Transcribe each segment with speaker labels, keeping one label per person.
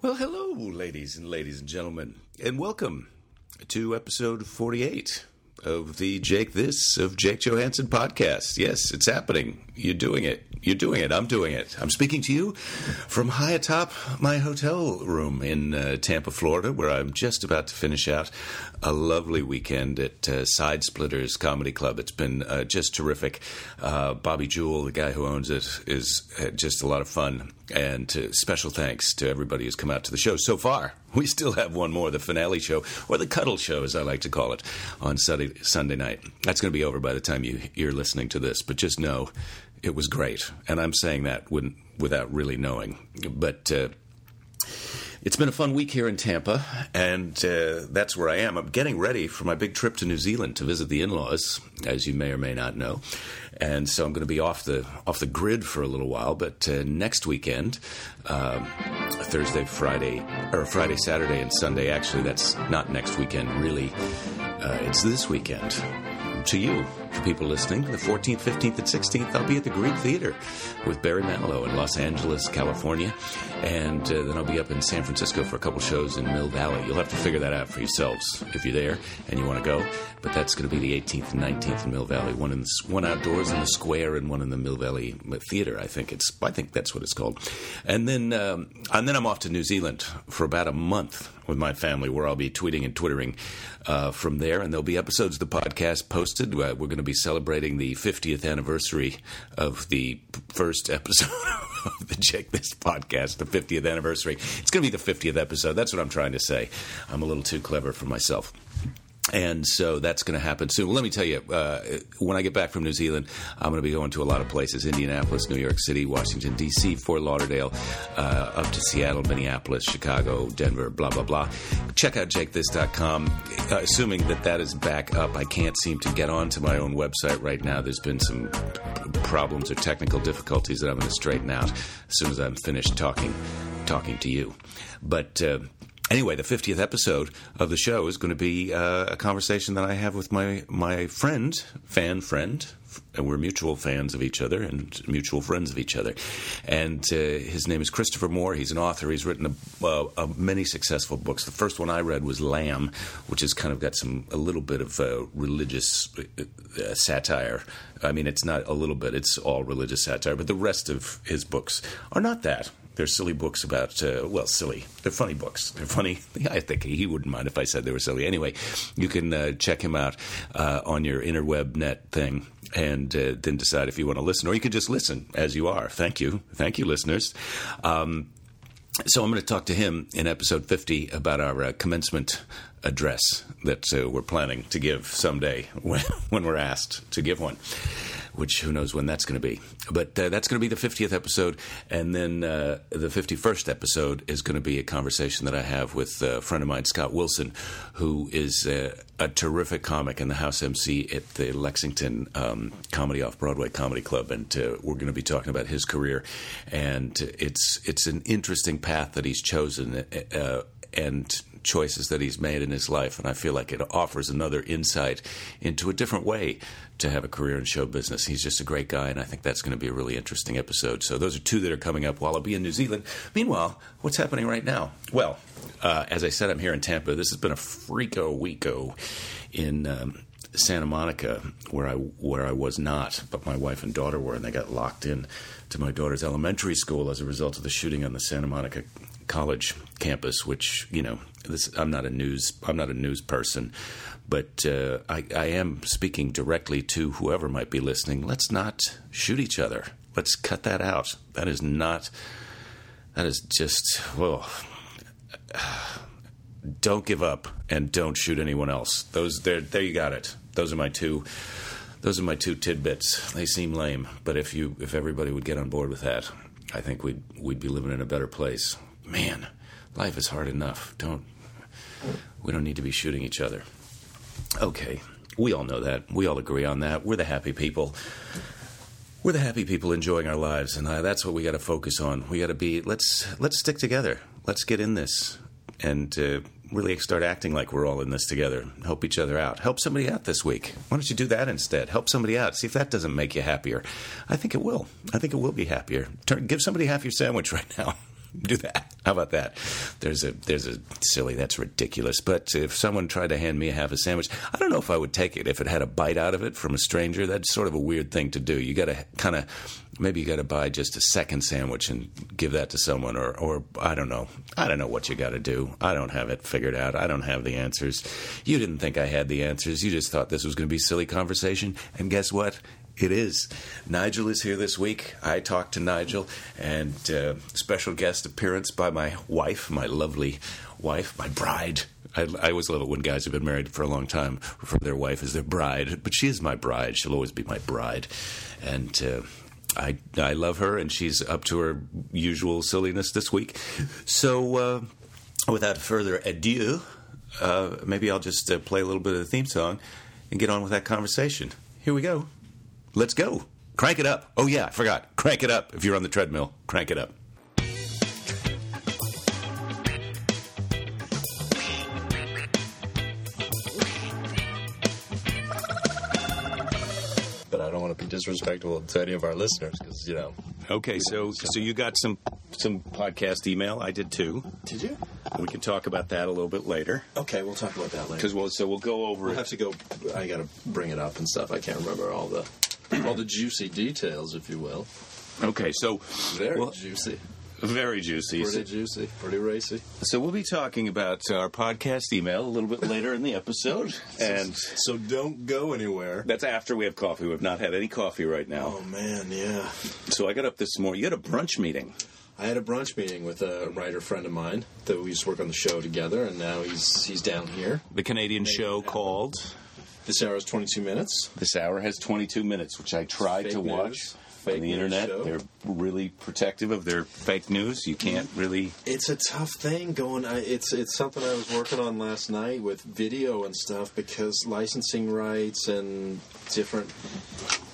Speaker 1: Well, hello, ladies and ladies and gentlemen, and welcome to episode 48 of the Jake This of Jake Johansson podcast. Yes, it's happening. You're doing it. You're doing it. I'm doing it. I'm speaking to you from high atop my hotel room in uh, Tampa, Florida, where I'm just about to finish out a lovely weekend at uh, Side Splitters Comedy Club. It's been uh, just terrific. Uh, Bobby Jewell, the guy who owns it, is uh, just a lot of fun. And uh, special thanks to everybody who's come out to the show so far. We still have one more, the finale show, or the cuddle show, as I like to call it, on Sunday, Sunday night. That's going to be over by the time you, you're listening to this, but just know it was great. And I'm saying that when, without really knowing. But. Uh, it's been a fun week here in Tampa, and uh, that's where I am. I'm getting ready for my big trip to New Zealand to visit the in-laws, as you may or may not know. And so I'm going to be off the off the grid for a little while. But uh, next weekend, um, Thursday, Friday, or Friday, Saturday, and Sunday. Actually, that's not next weekend. Really, uh, it's this weekend to you, to people listening, the 14th, 15th, and 16th, I'll be at the Greek Theater with Barry Manilow in Los Angeles, California. And uh, then I'll be up in San Francisco for a couple shows in Mill Valley. You'll have to figure that out for yourselves if you're there and you want to go. But that's going to be the 18th and 19th in Mill Valley, one, in the, s- one outdoors in the square and one in the Mill Valley Theater, I think it's. I think that's what it's called. And then, um, and then I'm off to New Zealand for about a month with my family, where I'll be tweeting and twittering uh, from there, and there'll be episodes of the podcast posted. Uh, we're going to be celebrating the 50th anniversary of the first episode of the Check This podcast, the 50th anniversary. It's going to be the 50th episode. That's what I'm trying to say. I'm a little too clever for myself. And so that's going to happen soon. Well, let me tell you, uh, when I get back from New Zealand, I'm going to be going to a lot of places Indianapolis, New York City, Washington, D.C., Fort Lauderdale, uh, up to Seattle, Minneapolis, Chicago, Denver, blah, blah, blah. Check out jakethis.com. Uh, assuming that that is back up, I can't seem to get onto my own website right now. There's been some problems or technical difficulties that I'm going to straighten out as soon as I'm finished talking, talking to you. But. Uh, Anyway, the 50th episode of the show is going to be uh, a conversation that I have with my, my friend, fan friend. f- And we're mutual fans of each other and mutual friends of each other. And uh, his name is Christopher Moore. He's an author. He's written a, uh, uh many successful books. The first one I read was Lamb, which has kind of got some a little bit of uh, religious uh, uh, satire. I mean, it's not a little bit; it's all religious satire. But the rest of his books are not that. They're silly books about, uh, well, silly. They're funny books. They're funny. I think he wouldn't mind if I said they were silly. Anyway, you can uh, check him out uh, on your interweb net thing and uh, then decide if you want to listen, or you can just listen as you are. Thank you. Thank you, listeners. Um, so I'm going to talk to him in episode 50 about our uh, commencement address that uh, we're planning to give someday when, when we're asked to give one. Which who knows when that's going to be, but uh, that's going to be the fiftieth episode, and then uh, the fifty-first episode is going to be a conversation that I have with uh, a friend of mine, Scott Wilson, who is uh, a terrific comic and the house MC at the Lexington um, Comedy Off Broadway Comedy Club, and uh, we're going to be talking about his career, and it's it's an interesting path that he's chosen, uh, and choices that he's made in his life, and I feel like it offers another insight into a different way to have a career in show business. He's just a great guy, and I think that's going to be a really interesting episode. So those are two that are coming up while I'll be in New Zealand. Meanwhile, what's happening right now? Well, uh, as I said, I'm here in Tampa. This has been a freako weeko in. Um, Santa Monica, where I where I was not, but my wife and daughter were, and they got locked in to my daughter's elementary school as a result of the shooting on the Santa Monica college campus. Which you know, this I'm not a news I'm not a news person, but uh, I, I am speaking directly to whoever might be listening. Let's not shoot each other. Let's cut that out. That is not. That is just well don't give up and don't shoot anyone else. Those there there you got it. Those are my two those are my two tidbits. They seem lame, but if you if everybody would get on board with that, I think we'd we'd be living in a better place. Man, life is hard enough. Don't we don't need to be shooting each other. Okay. We all know that. We all agree on that. We're the happy people. We're the happy people enjoying our lives, and uh, that's what we got to focus on. We got to be let's let's stick together. Let's get in this and uh, really start acting like we're all in this together. Help each other out. Help somebody out this week. Why don't you do that instead? Help somebody out. See if that doesn't make you happier. I think it will. I think it will be happier. Turn, give somebody half your sandwich right now. do that. How about that? There's a there's a silly. That's ridiculous. But if someone tried to hand me a half a sandwich, I don't know if I would take it if it had a bite out of it from a stranger. That's sort of a weird thing to do. You got to kind of maybe you got to buy just a second sandwich and give that to someone, or or I don't know. I don't know what you got to do. I don't have it figured out. I don't have the answers. You didn't think I had the answers. You just thought this was going to be silly conversation. And guess what? It is. Nigel is here this week. I talked to Nigel, and uh, special guest appearance by my wife, my lovely wife, my bride. I, I always love it when guys have been married for a long time refer to their wife as their bride, but she is my bride. She'll always be my bride, and uh, I I love her, and she's up to her usual silliness this week. So, uh, without further ado, uh, maybe I'll just uh, play a little bit of the theme song and get on with that conversation. Here we go. Let's go. Crank it up. Oh, yeah, I forgot. Crank it up. If you're on the treadmill, crank it up.
Speaker 2: But I don't want to be disrespectful to any of our listeners because, you know.
Speaker 1: Okay, so so you got some some podcast email. I did too.
Speaker 2: Did you?
Speaker 1: We can talk about that a little bit later
Speaker 2: Okay, we'll talk about that later.
Speaker 1: because we'll so we'll go over
Speaker 2: We'll
Speaker 1: it.
Speaker 2: have to go. I got to bring it up and stuff. I can't remember all the all the juicy details, if you will.
Speaker 1: Okay, so
Speaker 2: Very
Speaker 1: well,
Speaker 2: juicy.
Speaker 1: very juicy.
Speaker 2: Pretty juicy. Pretty racy.
Speaker 1: So we'll be talking about our podcast email a little bit later in the episode, and
Speaker 2: so don't go anywhere.
Speaker 1: that's after we have coffee. We've not had any coffee right now.
Speaker 2: Oh, man, yeah.
Speaker 1: So I got up this morning. You had a brunch meeting.
Speaker 2: I had a brunch meeting with a writer friend of mine that we used to work on the show together, and now he's he's down here.
Speaker 1: The Canadian show called
Speaker 2: This hour is 22 minutes.
Speaker 1: This Hour has 22 minutes, which I tried
Speaker 2: Fake
Speaker 1: to
Speaker 2: news.
Speaker 1: watch
Speaker 2: Fake
Speaker 1: on the
Speaker 2: news
Speaker 1: internet.
Speaker 2: show.
Speaker 1: They're really protective of their fake news. You can't really.
Speaker 2: It's a tough thing going. I, it's it's something I was working on last night with video and stuff because licensing rights and different.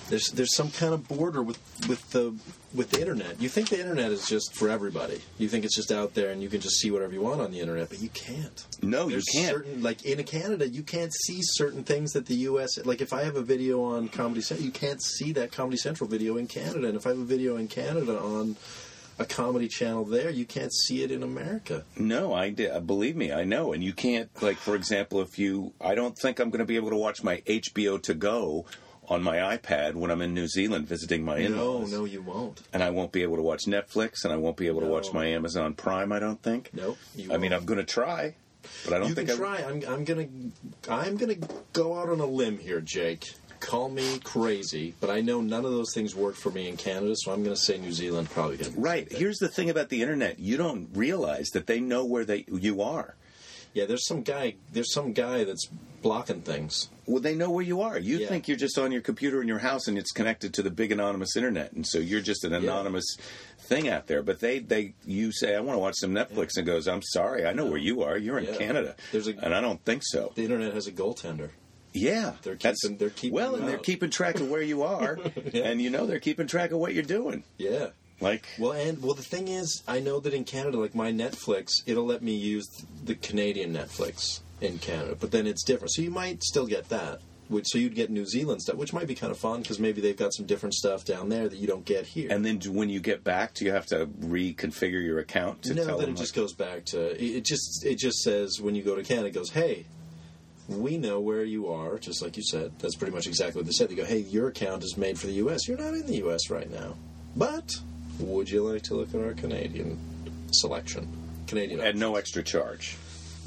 Speaker 2: There's there's some kind of border with with the with the internet. You think the internet is just for everybody. You think it's just out there and you can just see whatever you want on the internet, but you can't.
Speaker 1: No,
Speaker 2: There's
Speaker 1: you can't.
Speaker 2: certain like in Canada, you can't see certain things that the U.S. like if I have a video on Comedy Central, you can't see that Comedy Central video in Canada, and if I have a video in Canada on a comedy channel there, you can't see it in America.
Speaker 1: No, I did. Believe me, I know. And you can't, like, for example, if you, I don't think I'm going to be able to watch my HBO to go on my iPad when I'm in New Zealand visiting my
Speaker 2: No,
Speaker 1: in-laws.
Speaker 2: no, you won't.
Speaker 1: And I won't be able to watch Netflix, and I won't be able to watch
Speaker 2: No.
Speaker 1: my Amazon Prime. I don't think.
Speaker 2: Nope, you
Speaker 1: I mean,
Speaker 2: won't.
Speaker 1: I'm going to try, but I don't
Speaker 2: You
Speaker 1: think
Speaker 2: can
Speaker 1: I.
Speaker 2: try. I'm, I'm gonna I'm gonna go out on a limb here, Jake. Call me crazy, but I know none of those things work for me in Canada, so I'm gonna say New Zealand probably gonna.
Speaker 1: Right. Here's the thing about the internet: you don't realize that they know where they you are.
Speaker 2: Yeah, there's some guy. There's some guy that's blocking things.
Speaker 1: Well, they know where you are. You
Speaker 2: Yeah.
Speaker 1: think you're just on your computer in your house, and it's connected to the big anonymous internet, and so you're just an anonymous thing out there. But they, they, you say, "I want to watch some Netflix," and it goes, "I'm sorry, I know where you are. You're in
Speaker 2: Yeah.
Speaker 1: Canada,
Speaker 2: There's a-
Speaker 1: and I don't think so."
Speaker 2: The internet has a goaltender.
Speaker 1: Yeah,
Speaker 2: They're
Speaker 1: that's-
Speaker 2: keeping- they're keeping
Speaker 1: well,
Speaker 2: you
Speaker 1: and they're
Speaker 2: out.
Speaker 1: keeping track of where you are, and you know they're keeping track of what you're doing.
Speaker 2: Yeah.
Speaker 1: Like,
Speaker 2: Well, and well, the thing is, I know that in Canada, like my Netflix, it'll let me use the Canadian Netflix in Canada, but then it's different. So you might still get that. Which, so you'd get New Zealand stuff, which might be kind of fun because maybe they've got some different stuff down there that you don't get here.
Speaker 1: and then do- when you get back, do you have to reconfigure your account to
Speaker 2: no,
Speaker 1: tell
Speaker 2: then
Speaker 1: them?
Speaker 2: it just goes back to it it just it just says when you go to Canada, it goes, hey, we know where you are, just like you said. That's pretty much exactly what they said. They go, hey, your account is made for the U.S. You're not in the U.S. right now, but would you like to look at our Canadian selection? Canadian.
Speaker 1: at no extra charge?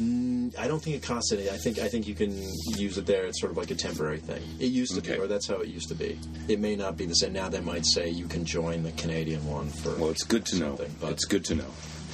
Speaker 2: I don't think it costs any. I think I think you can use it there. It's sort of like a temporary thing. It used to
Speaker 1: Okay.
Speaker 2: be, or that's how it used to be. It may not be the same now. They might say you can join the Canadian one for.
Speaker 1: Well, it's good to know.
Speaker 2: Something, but-
Speaker 1: It's good to know.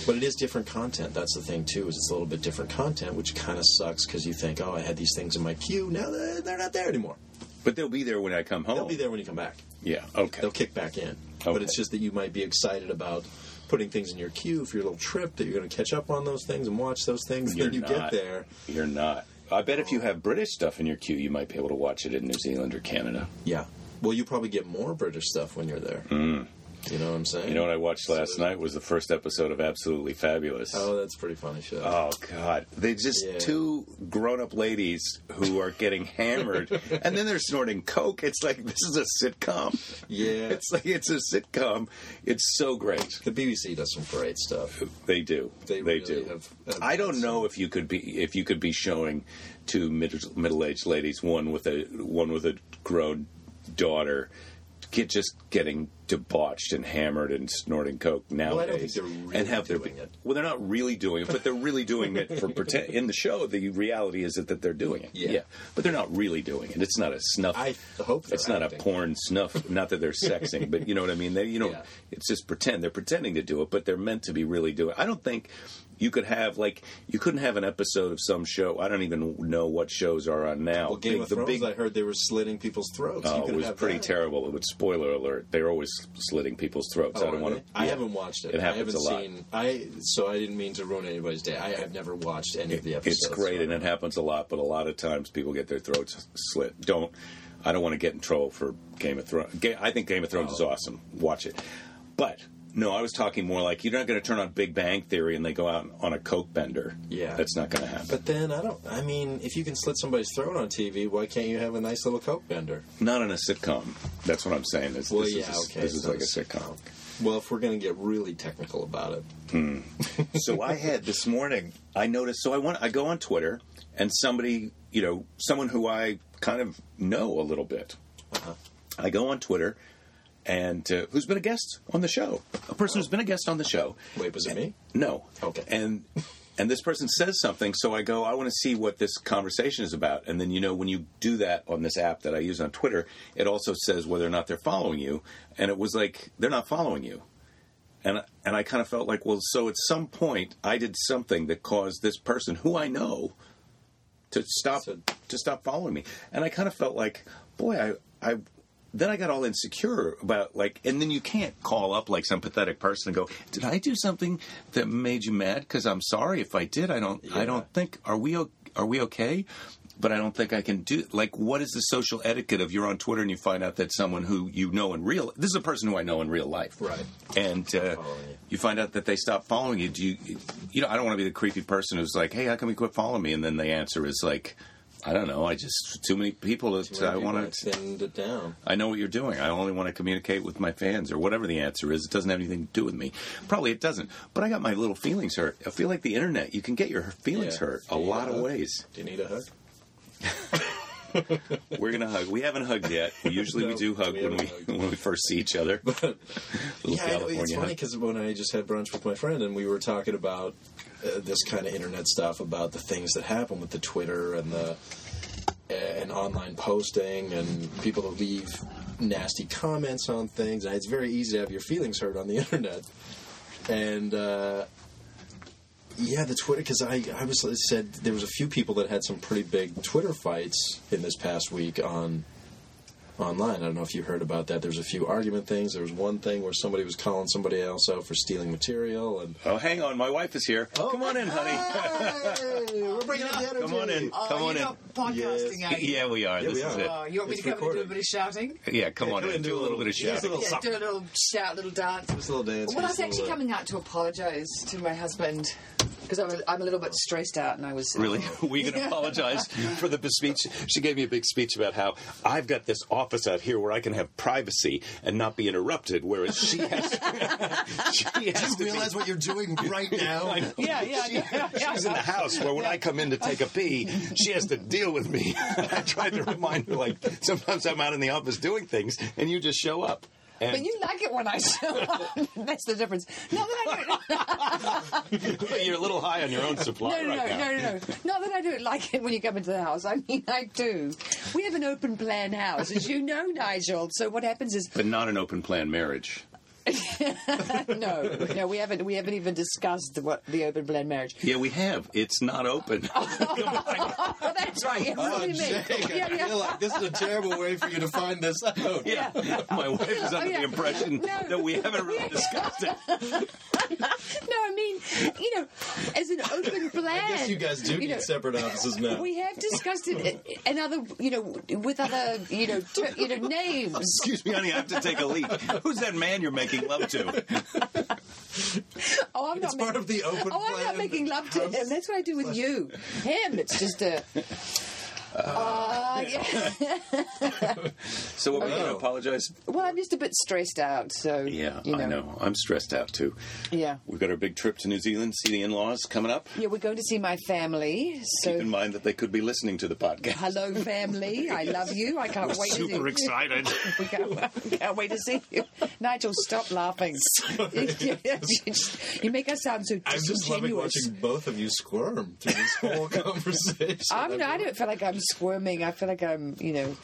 Speaker 2: But it is different content. That's the thing too. Is it's a little bit different content, which kind of sucks because you think, oh, I had these things in my queue. Now they're, they're not there anymore.
Speaker 1: But they'll be there when I come home.
Speaker 2: They'll be there when you come back.
Speaker 1: Yeah. Okay.
Speaker 2: They'll kick back in. But
Speaker 1: Okay.
Speaker 2: it's just that you might be excited about putting things in your queue for your little trip that you're going to catch up on those things and watch those things.
Speaker 1: You're
Speaker 2: then you
Speaker 1: not.
Speaker 2: get there
Speaker 1: You're not. I bet if you have British stuff in your queue, you might be able to watch it in New Zealand or Canada.
Speaker 2: Yeah. Well, you probably get more British stuff when you're there. You know what I'm saying?
Speaker 1: Mm. You know what I watched last night was the first episode of Absolutely Fabulous.
Speaker 2: oh, that's pretty funny show.
Speaker 1: Oh God! They just
Speaker 2: Yeah.
Speaker 1: two grown-up ladies who are getting hammered, and then they're snorting coke. It's like this is a sitcom.
Speaker 2: Yeah.
Speaker 1: it's like it's a sitcom. It's so great.
Speaker 2: the BBC does some great stuff.
Speaker 1: They do.
Speaker 2: They
Speaker 1: They,
Speaker 2: really
Speaker 1: do.
Speaker 2: have- have
Speaker 1: I don't
Speaker 2: some-
Speaker 1: know if you could be if you could be showing two middle, middle-aged ladies, one with a one with a grown daughter, get just getting debauched and hammered and snorting coke
Speaker 2: don't think
Speaker 1: nowadays,
Speaker 2: they're really
Speaker 1: and have their
Speaker 2: doing it.
Speaker 1: well, they're not really doing it, but they're really doing it for pretend. In the show, the reality is that, that they're doing it.
Speaker 2: Yeah.
Speaker 1: but they're not really doing it. It's not a snuff.
Speaker 2: I hope they're
Speaker 1: it's not
Speaker 2: acting.
Speaker 1: a porn snuff. Not that they're sexing, but you know what I mean. They, you know,
Speaker 2: Yeah.
Speaker 1: it's just pretend. They're pretending to do it, but they're meant to be really doing. I don't think you could have like you couldn't have an episode of some show. I don't even know what shows are on now.
Speaker 2: Well, Game of Thrones, I heard they were slitting people's throats. You
Speaker 1: Oh, it
Speaker 2: could
Speaker 1: was
Speaker 2: have
Speaker 1: pretty
Speaker 2: that.
Speaker 1: terrible. It would spoiler alert. They're always slitting people's throats. I
Speaker 2: Oh,
Speaker 1: don't
Speaker 2: are
Speaker 1: want
Speaker 2: they?
Speaker 1: to.
Speaker 2: I haven't watched it.
Speaker 1: It happens
Speaker 2: I haven't
Speaker 1: a lot.
Speaker 2: seen. I so I didn't mean to ruin anybody's day. I have never watched any of the episodes.
Speaker 1: It's great, and it happens a lot. But a lot of times, people get their throats slit. Don't. I don't want to get in trouble for Game of Thrones. Ga- I think Game of Thrones is
Speaker 2: Oh.
Speaker 1: awesome. Watch it. But no, I was talking more like you're not going to turn on Big Bang Theory and they go out on a coke bender.
Speaker 2: Yeah.
Speaker 1: that's not going to happen.
Speaker 2: But then I don't. I mean, if you can slit somebody's throat on TV, why can't you have a nice little coke bender?
Speaker 1: not in a sitcom. That's what I'm saying. This,
Speaker 2: Well,
Speaker 1: this
Speaker 2: yeah,
Speaker 1: is,
Speaker 2: okay,
Speaker 1: This
Speaker 2: it's
Speaker 1: is
Speaker 2: not
Speaker 1: like a
Speaker 2: a
Speaker 1: sitcom.
Speaker 2: Well, if we're going to get really technical about it,
Speaker 1: so I had this morning. I noticed. So I went. I go on Twitter, and somebody, you know, someone who I kind of know a little bit.
Speaker 2: Uh-huh.
Speaker 1: I go on Twitter, and uh, who's been a guest on the show? A person who's been a guest on the show.
Speaker 2: wait, was it me?
Speaker 1: No.
Speaker 2: Okay.
Speaker 1: And and this person says something, so I go, I want to see what this conversation is about. And then you know when you do that on this app that I use on Twitter, it also says whether or not they're following you, and it was like they're not following you. And and I kind of felt like, well, so at some point I did something that caused this person who I know to stop
Speaker 2: So-
Speaker 1: to stop following me. And I kind of felt like, boy, I I then I got all insecure about like, and then you can't call up like some pathetic person and go, "Did I do something that made you mad?" Because I'm sorry if I did. I don't. I don't think. Are we? o- Are we okay? But I don't think I can do. Like, what is the social etiquette of you're on Twitter and you find out that someone who you know in real this is a person who I know in real life,
Speaker 2: Right.
Speaker 1: And uh,
Speaker 2: Following you.
Speaker 1: you find out that they stop following you. Do you? You know, I don't want to be the creepy person who's like, "Hey, how come you quit following me?" And then the answer is like, "I don't know. I just too many people that I
Speaker 2: Maybe
Speaker 1: want
Speaker 2: that
Speaker 1: to."
Speaker 2: thinned it down.
Speaker 1: I know what you're doing. I only want to communicate with my fans or whatever the answer is. It doesn't have anything to do with me. Probably it doesn't. But I got my little feelings hurt. I feel like the internet, you can get your feelings
Speaker 2: Yeah.
Speaker 1: hurt a
Speaker 2: Yeah.
Speaker 1: lot of ways.
Speaker 2: Do you need a hug?
Speaker 1: We're going to hug. We haven't hugged yet. We usually we
Speaker 2: No,
Speaker 1: do hug
Speaker 2: we
Speaker 1: when we
Speaker 2: haven't hugged.
Speaker 1: when we first see each other. Little
Speaker 2: Yeah, I know, it's
Speaker 1: California
Speaker 2: funny
Speaker 1: hug.
Speaker 2: because when I just had brunch with my friend and we were talking about uh, this kind of internet stuff about the things that happen with the Twitter and the and online posting and people that leave nasty comments on things. And it's very easy to have your feelings hurt on the internet. And uh, yeah, the Twitter because I I was it said there was a few people that had some pretty big Twitter fights in this past week on online. I don't know if you heard about that. There's a few argument things. There was one thing where somebody was calling somebody else out for stealing material and
Speaker 1: Oh, hang on. My wife is here.
Speaker 2: Oh
Speaker 1: Come on in, honey.
Speaker 2: Hey, we're bringing up the energy.
Speaker 1: Come on in.
Speaker 3: Oh,
Speaker 2: Uh,
Speaker 1: come on
Speaker 3: you're
Speaker 1: in.
Speaker 3: not podcasting,
Speaker 2: Yes.
Speaker 3: are you?
Speaker 1: Yeah, we are.
Speaker 2: Yeah,
Speaker 1: this
Speaker 2: we
Speaker 1: is
Speaker 2: are.
Speaker 1: it.
Speaker 3: Oh, you want me
Speaker 2: It's
Speaker 3: to come and do
Speaker 2: recorded.
Speaker 3: a bit of shouting?
Speaker 1: Yeah, come on
Speaker 2: come
Speaker 1: in.
Speaker 2: in,
Speaker 1: Do a little bit of
Speaker 2: here's a
Speaker 1: shouting.
Speaker 2: little-
Speaker 3: Yeah,
Speaker 2: Suck.
Speaker 3: do a little shout, little dance.
Speaker 2: This little dance.
Speaker 3: Well, I
Speaker 2: is
Speaker 3: was actually
Speaker 2: little- uh,
Speaker 3: coming out to apologise to my husband because I'm, a- I'm a little bit stressed out and I was
Speaker 1: Really? We're going to apologize for the speech. She gave me a big speech about how I've got this office out here where I can have privacy and not be interrupted, whereas she has, she has to be.
Speaker 2: Realize what you're doing right now.
Speaker 3: Yeah, yeah, yeah, yeah.
Speaker 1: She's in the house where when I come in to take a pee, she has to deal with me. I tried to remind her, like, sometimes I'm out in the office doing things and you just show up. And
Speaker 3: But you like it when I show up. That's the difference. Not that I don't.
Speaker 1: are a little high on your own supply
Speaker 3: No, no,
Speaker 1: right
Speaker 3: no,
Speaker 1: now.
Speaker 3: no, no, no. Not that I don't like it when you come into the house. I mean, I do. We have an open plan house, as you know, Nigel. So what happens is
Speaker 1: But not an open plan marriage.
Speaker 3: no, no, we haven't. We haven't even discussed what the open plan marriage.
Speaker 1: Yeah, we have. It's not open.
Speaker 3: Oh, that's right. It would be me.
Speaker 2: Oh,
Speaker 3: Yeah,
Speaker 2: I feel
Speaker 3: yeah.
Speaker 2: like this is a terrible way for you to find this out.
Speaker 1: yeah. My wife is under
Speaker 3: Oh, yeah.
Speaker 1: the impression
Speaker 3: No.
Speaker 1: that we haven't really discussed it.
Speaker 3: No, I mean, you know, as an open plan.
Speaker 2: I guess you guys do
Speaker 3: you
Speaker 2: need
Speaker 3: know,
Speaker 2: separate offices now.
Speaker 3: We have discussed it i- in other, you know, with other, you know, ter- you know, names.
Speaker 1: Excuse me, honey, I have to take a leak. Who's that man you're making love to?
Speaker 3: Oh, I'm
Speaker 2: it's
Speaker 3: not.
Speaker 2: part of the open
Speaker 3: Oh, I'm not
Speaker 2: plan.
Speaker 3: making love to him. That's what I do with you. Him, it's just a. Uh, yeah.
Speaker 1: So what, we're going to
Speaker 2: Oh.
Speaker 1: apologize?
Speaker 3: Well, I'm just a bit stressed out, so.
Speaker 1: Yeah,
Speaker 3: you know.
Speaker 1: I know. I'm stressed out too.
Speaker 3: Yeah.
Speaker 1: We've got our big trip to New Zealand, see the in-laws coming up.
Speaker 3: Yeah, we're going to see my family,
Speaker 1: Keep in
Speaker 3: so.
Speaker 1: mind that they could be listening to the podcast.
Speaker 3: Hello, family. I love you. I can't wait to
Speaker 4: Super
Speaker 3: see
Speaker 4: excited.
Speaker 3: we can't, can't wait to see you. Nigel, stop laughing. you make us sound so
Speaker 2: I'm just loving
Speaker 3: disingenuous.
Speaker 2: watching both of you squirm through this whole conversation.
Speaker 3: I'm not, I don't feel like I'm squirming. I feel like I'm, you know.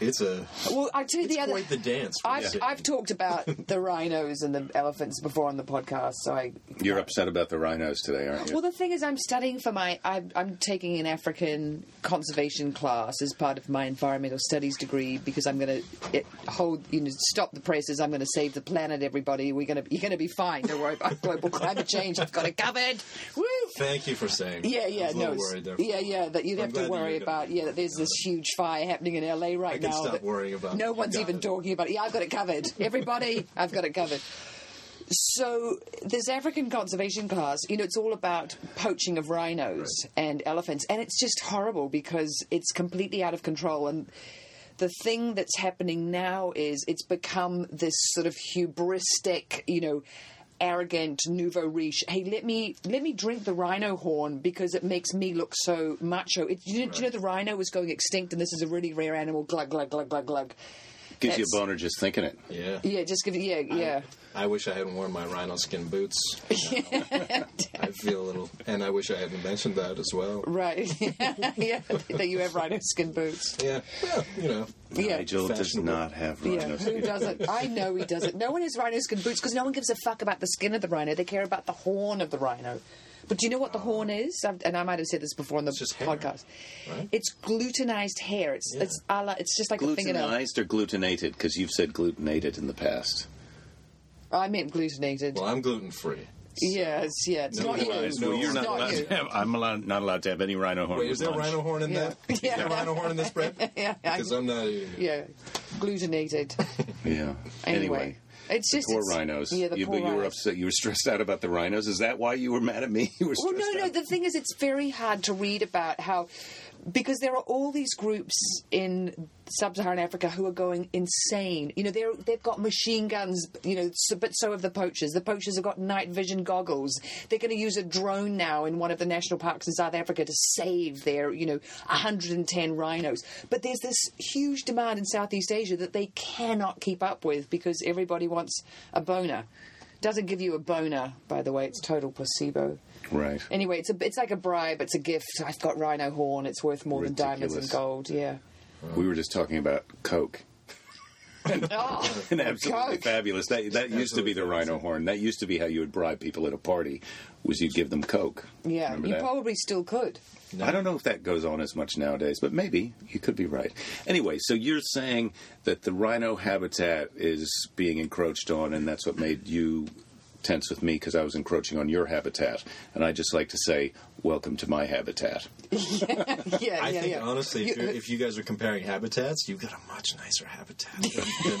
Speaker 2: It's a
Speaker 3: Well, I tell you
Speaker 2: it's
Speaker 3: the other.
Speaker 2: quite the dance. for
Speaker 3: I've,
Speaker 2: sure.
Speaker 3: I've talked about the rhinos and the elephants before on the podcast, so I.
Speaker 1: You're upset about the rhinos today, aren't you?
Speaker 3: Well, the thing is, I'm studying for my. I'm, I'm taking an African conservation class as part of my environmental studies degree because I'm going to hold, you know, stop the presses. I'm going to save the planet, everybody. We're going to, you're going to be fine. Don't worry about global climate change. I've got it covered. Woo!
Speaker 2: Thank you for saying.
Speaker 3: Yeah,
Speaker 2: I
Speaker 3: yeah,
Speaker 2: was a
Speaker 3: no,
Speaker 2: little
Speaker 3: it's-
Speaker 2: worried there.
Speaker 3: yeah, yeah. That you'd
Speaker 2: I'm
Speaker 3: have to
Speaker 2: glad that
Speaker 3: worry
Speaker 2: you're gonna-
Speaker 3: about. Yeah, that there's this huge fire happening in LA right
Speaker 2: can
Speaker 3: now.
Speaker 2: stop
Speaker 3: that
Speaker 2: worrying about it.
Speaker 3: No
Speaker 2: I
Speaker 3: one's
Speaker 2: got
Speaker 3: even
Speaker 2: it.
Speaker 3: talking about it. Yeah, I've got it covered. Everybody, I've got it covered. So this African conservation class, you know, it's all about poaching of rhinos and elephants, and it's just horrible because it's completely out of control and. The thing that's happening now is it's become this sort of hubristic, you know, arrogant nouveau riche. Hey, let me let me drink the rhino horn because it makes me look so macho. It, you, know, Do you know the rhino was going extinct, and this is a really rare animal. Glug glug glug glug glug.
Speaker 1: Gives you
Speaker 3: that's-
Speaker 1: a boner just thinking it.
Speaker 2: Yeah.
Speaker 3: Yeah, just give it. Yeah, yeah.
Speaker 2: I wish I hadn't worn my rhino skin boots. I feel a little, and I wish I hadn't mentioned that as well.
Speaker 3: Right. yeah. That you have rhino skin boots.
Speaker 2: Yeah, well, you know,
Speaker 3: Yeah.
Speaker 1: Nigel does
Speaker 2: Fashionable.
Speaker 1: not have
Speaker 3: Yeah,
Speaker 1: rhinos.
Speaker 3: who doesn't? I know he doesn't. No one has rhino skin boots because no one gives a fuck about the skin of the rhino. They care about the horn of the rhino. But do you know what the horn is? I've, and I might have said this before on the
Speaker 2: Oh. just hair,
Speaker 3: podcast.
Speaker 2: right?
Speaker 3: It's glutenized hair. It's it's a la, it's just like a fingernail.
Speaker 1: Glutenized or glutenated? Because you've said glutenated in the past.
Speaker 3: I meant glutenated.
Speaker 2: well, I'm gluten free.
Speaker 3: Yes, yeah. It's not you.
Speaker 2: Glutenized. No,
Speaker 4: Well,
Speaker 2: you're
Speaker 4: you're
Speaker 3: it's
Speaker 4: not
Speaker 3: not,
Speaker 4: allowed
Speaker 3: you.
Speaker 4: to have, I'm allowed, not allowed to have any rhino horn.
Speaker 2: Wait, is
Speaker 4: with
Speaker 2: there
Speaker 4: lunch.
Speaker 2: rhino horn in
Speaker 3: Yeah.
Speaker 2: that? Is
Speaker 3: Yeah.
Speaker 2: there rhino horn in this bread?
Speaker 3: Yeah, I-
Speaker 2: Because I'm not eating it.
Speaker 3: Yeah, glutenated.
Speaker 1: Yeah.
Speaker 3: Anyway, it's just
Speaker 1: Poor
Speaker 3: it's-
Speaker 1: rhinos.
Speaker 3: Yeah, the
Speaker 1: you,
Speaker 3: poor
Speaker 1: you were
Speaker 3: rhinos.
Speaker 1: upset. You were stressed out about the rhinos. Is that why you were mad at me? You were
Speaker 3: Well,
Speaker 1: stressed
Speaker 3: no, no.
Speaker 1: out.
Speaker 3: The thing is, it's very hard to read about how, because there are all these groups in sub-Saharan Africa who are going insane. You know, they're they've got machine guns. You know, so, but so have the poachers. The poachers have got night vision goggles. They're going to use a drone now in one of the national parks in South Africa to save their you know 110 rhinos. But there's this huge demand in Southeast Asia that they cannot keep up with because everybody wants a boner. Doesn't give you a boner, by the way. It's total placebo.
Speaker 1: Right.
Speaker 3: Anyway, it's a, it's like a bribe. It's a gift. I've got rhino horn. It's worth more than diamonds and
Speaker 1: Ridiculous.
Speaker 3: gold. Yeah.
Speaker 1: We were just talking about Coke.
Speaker 2: Ah!
Speaker 3: Oh,
Speaker 1: And absolutely
Speaker 3: Coke.
Speaker 1: fabulous. That that used to be the rhino horn. That used to be how you would bribe people at a party. Was you'd give them Coke.
Speaker 3: yeah.
Speaker 1: Remember
Speaker 3: You
Speaker 1: that?
Speaker 3: probably still could.
Speaker 1: I don't know if that goes on as much nowadays, but maybe you could be right. Anyway, so you're saying that the rhino habitat is being encroached on, and that's what made you tense with me because I was encroaching on your habitat. And I just like to say, welcome to my habitat.
Speaker 3: Yeah,
Speaker 2: I
Speaker 3: yeah,
Speaker 2: think
Speaker 3: yeah.
Speaker 2: honestly, if,
Speaker 3: You-
Speaker 2: you, if you guys are comparing habitats, you got a much nicer habitat than,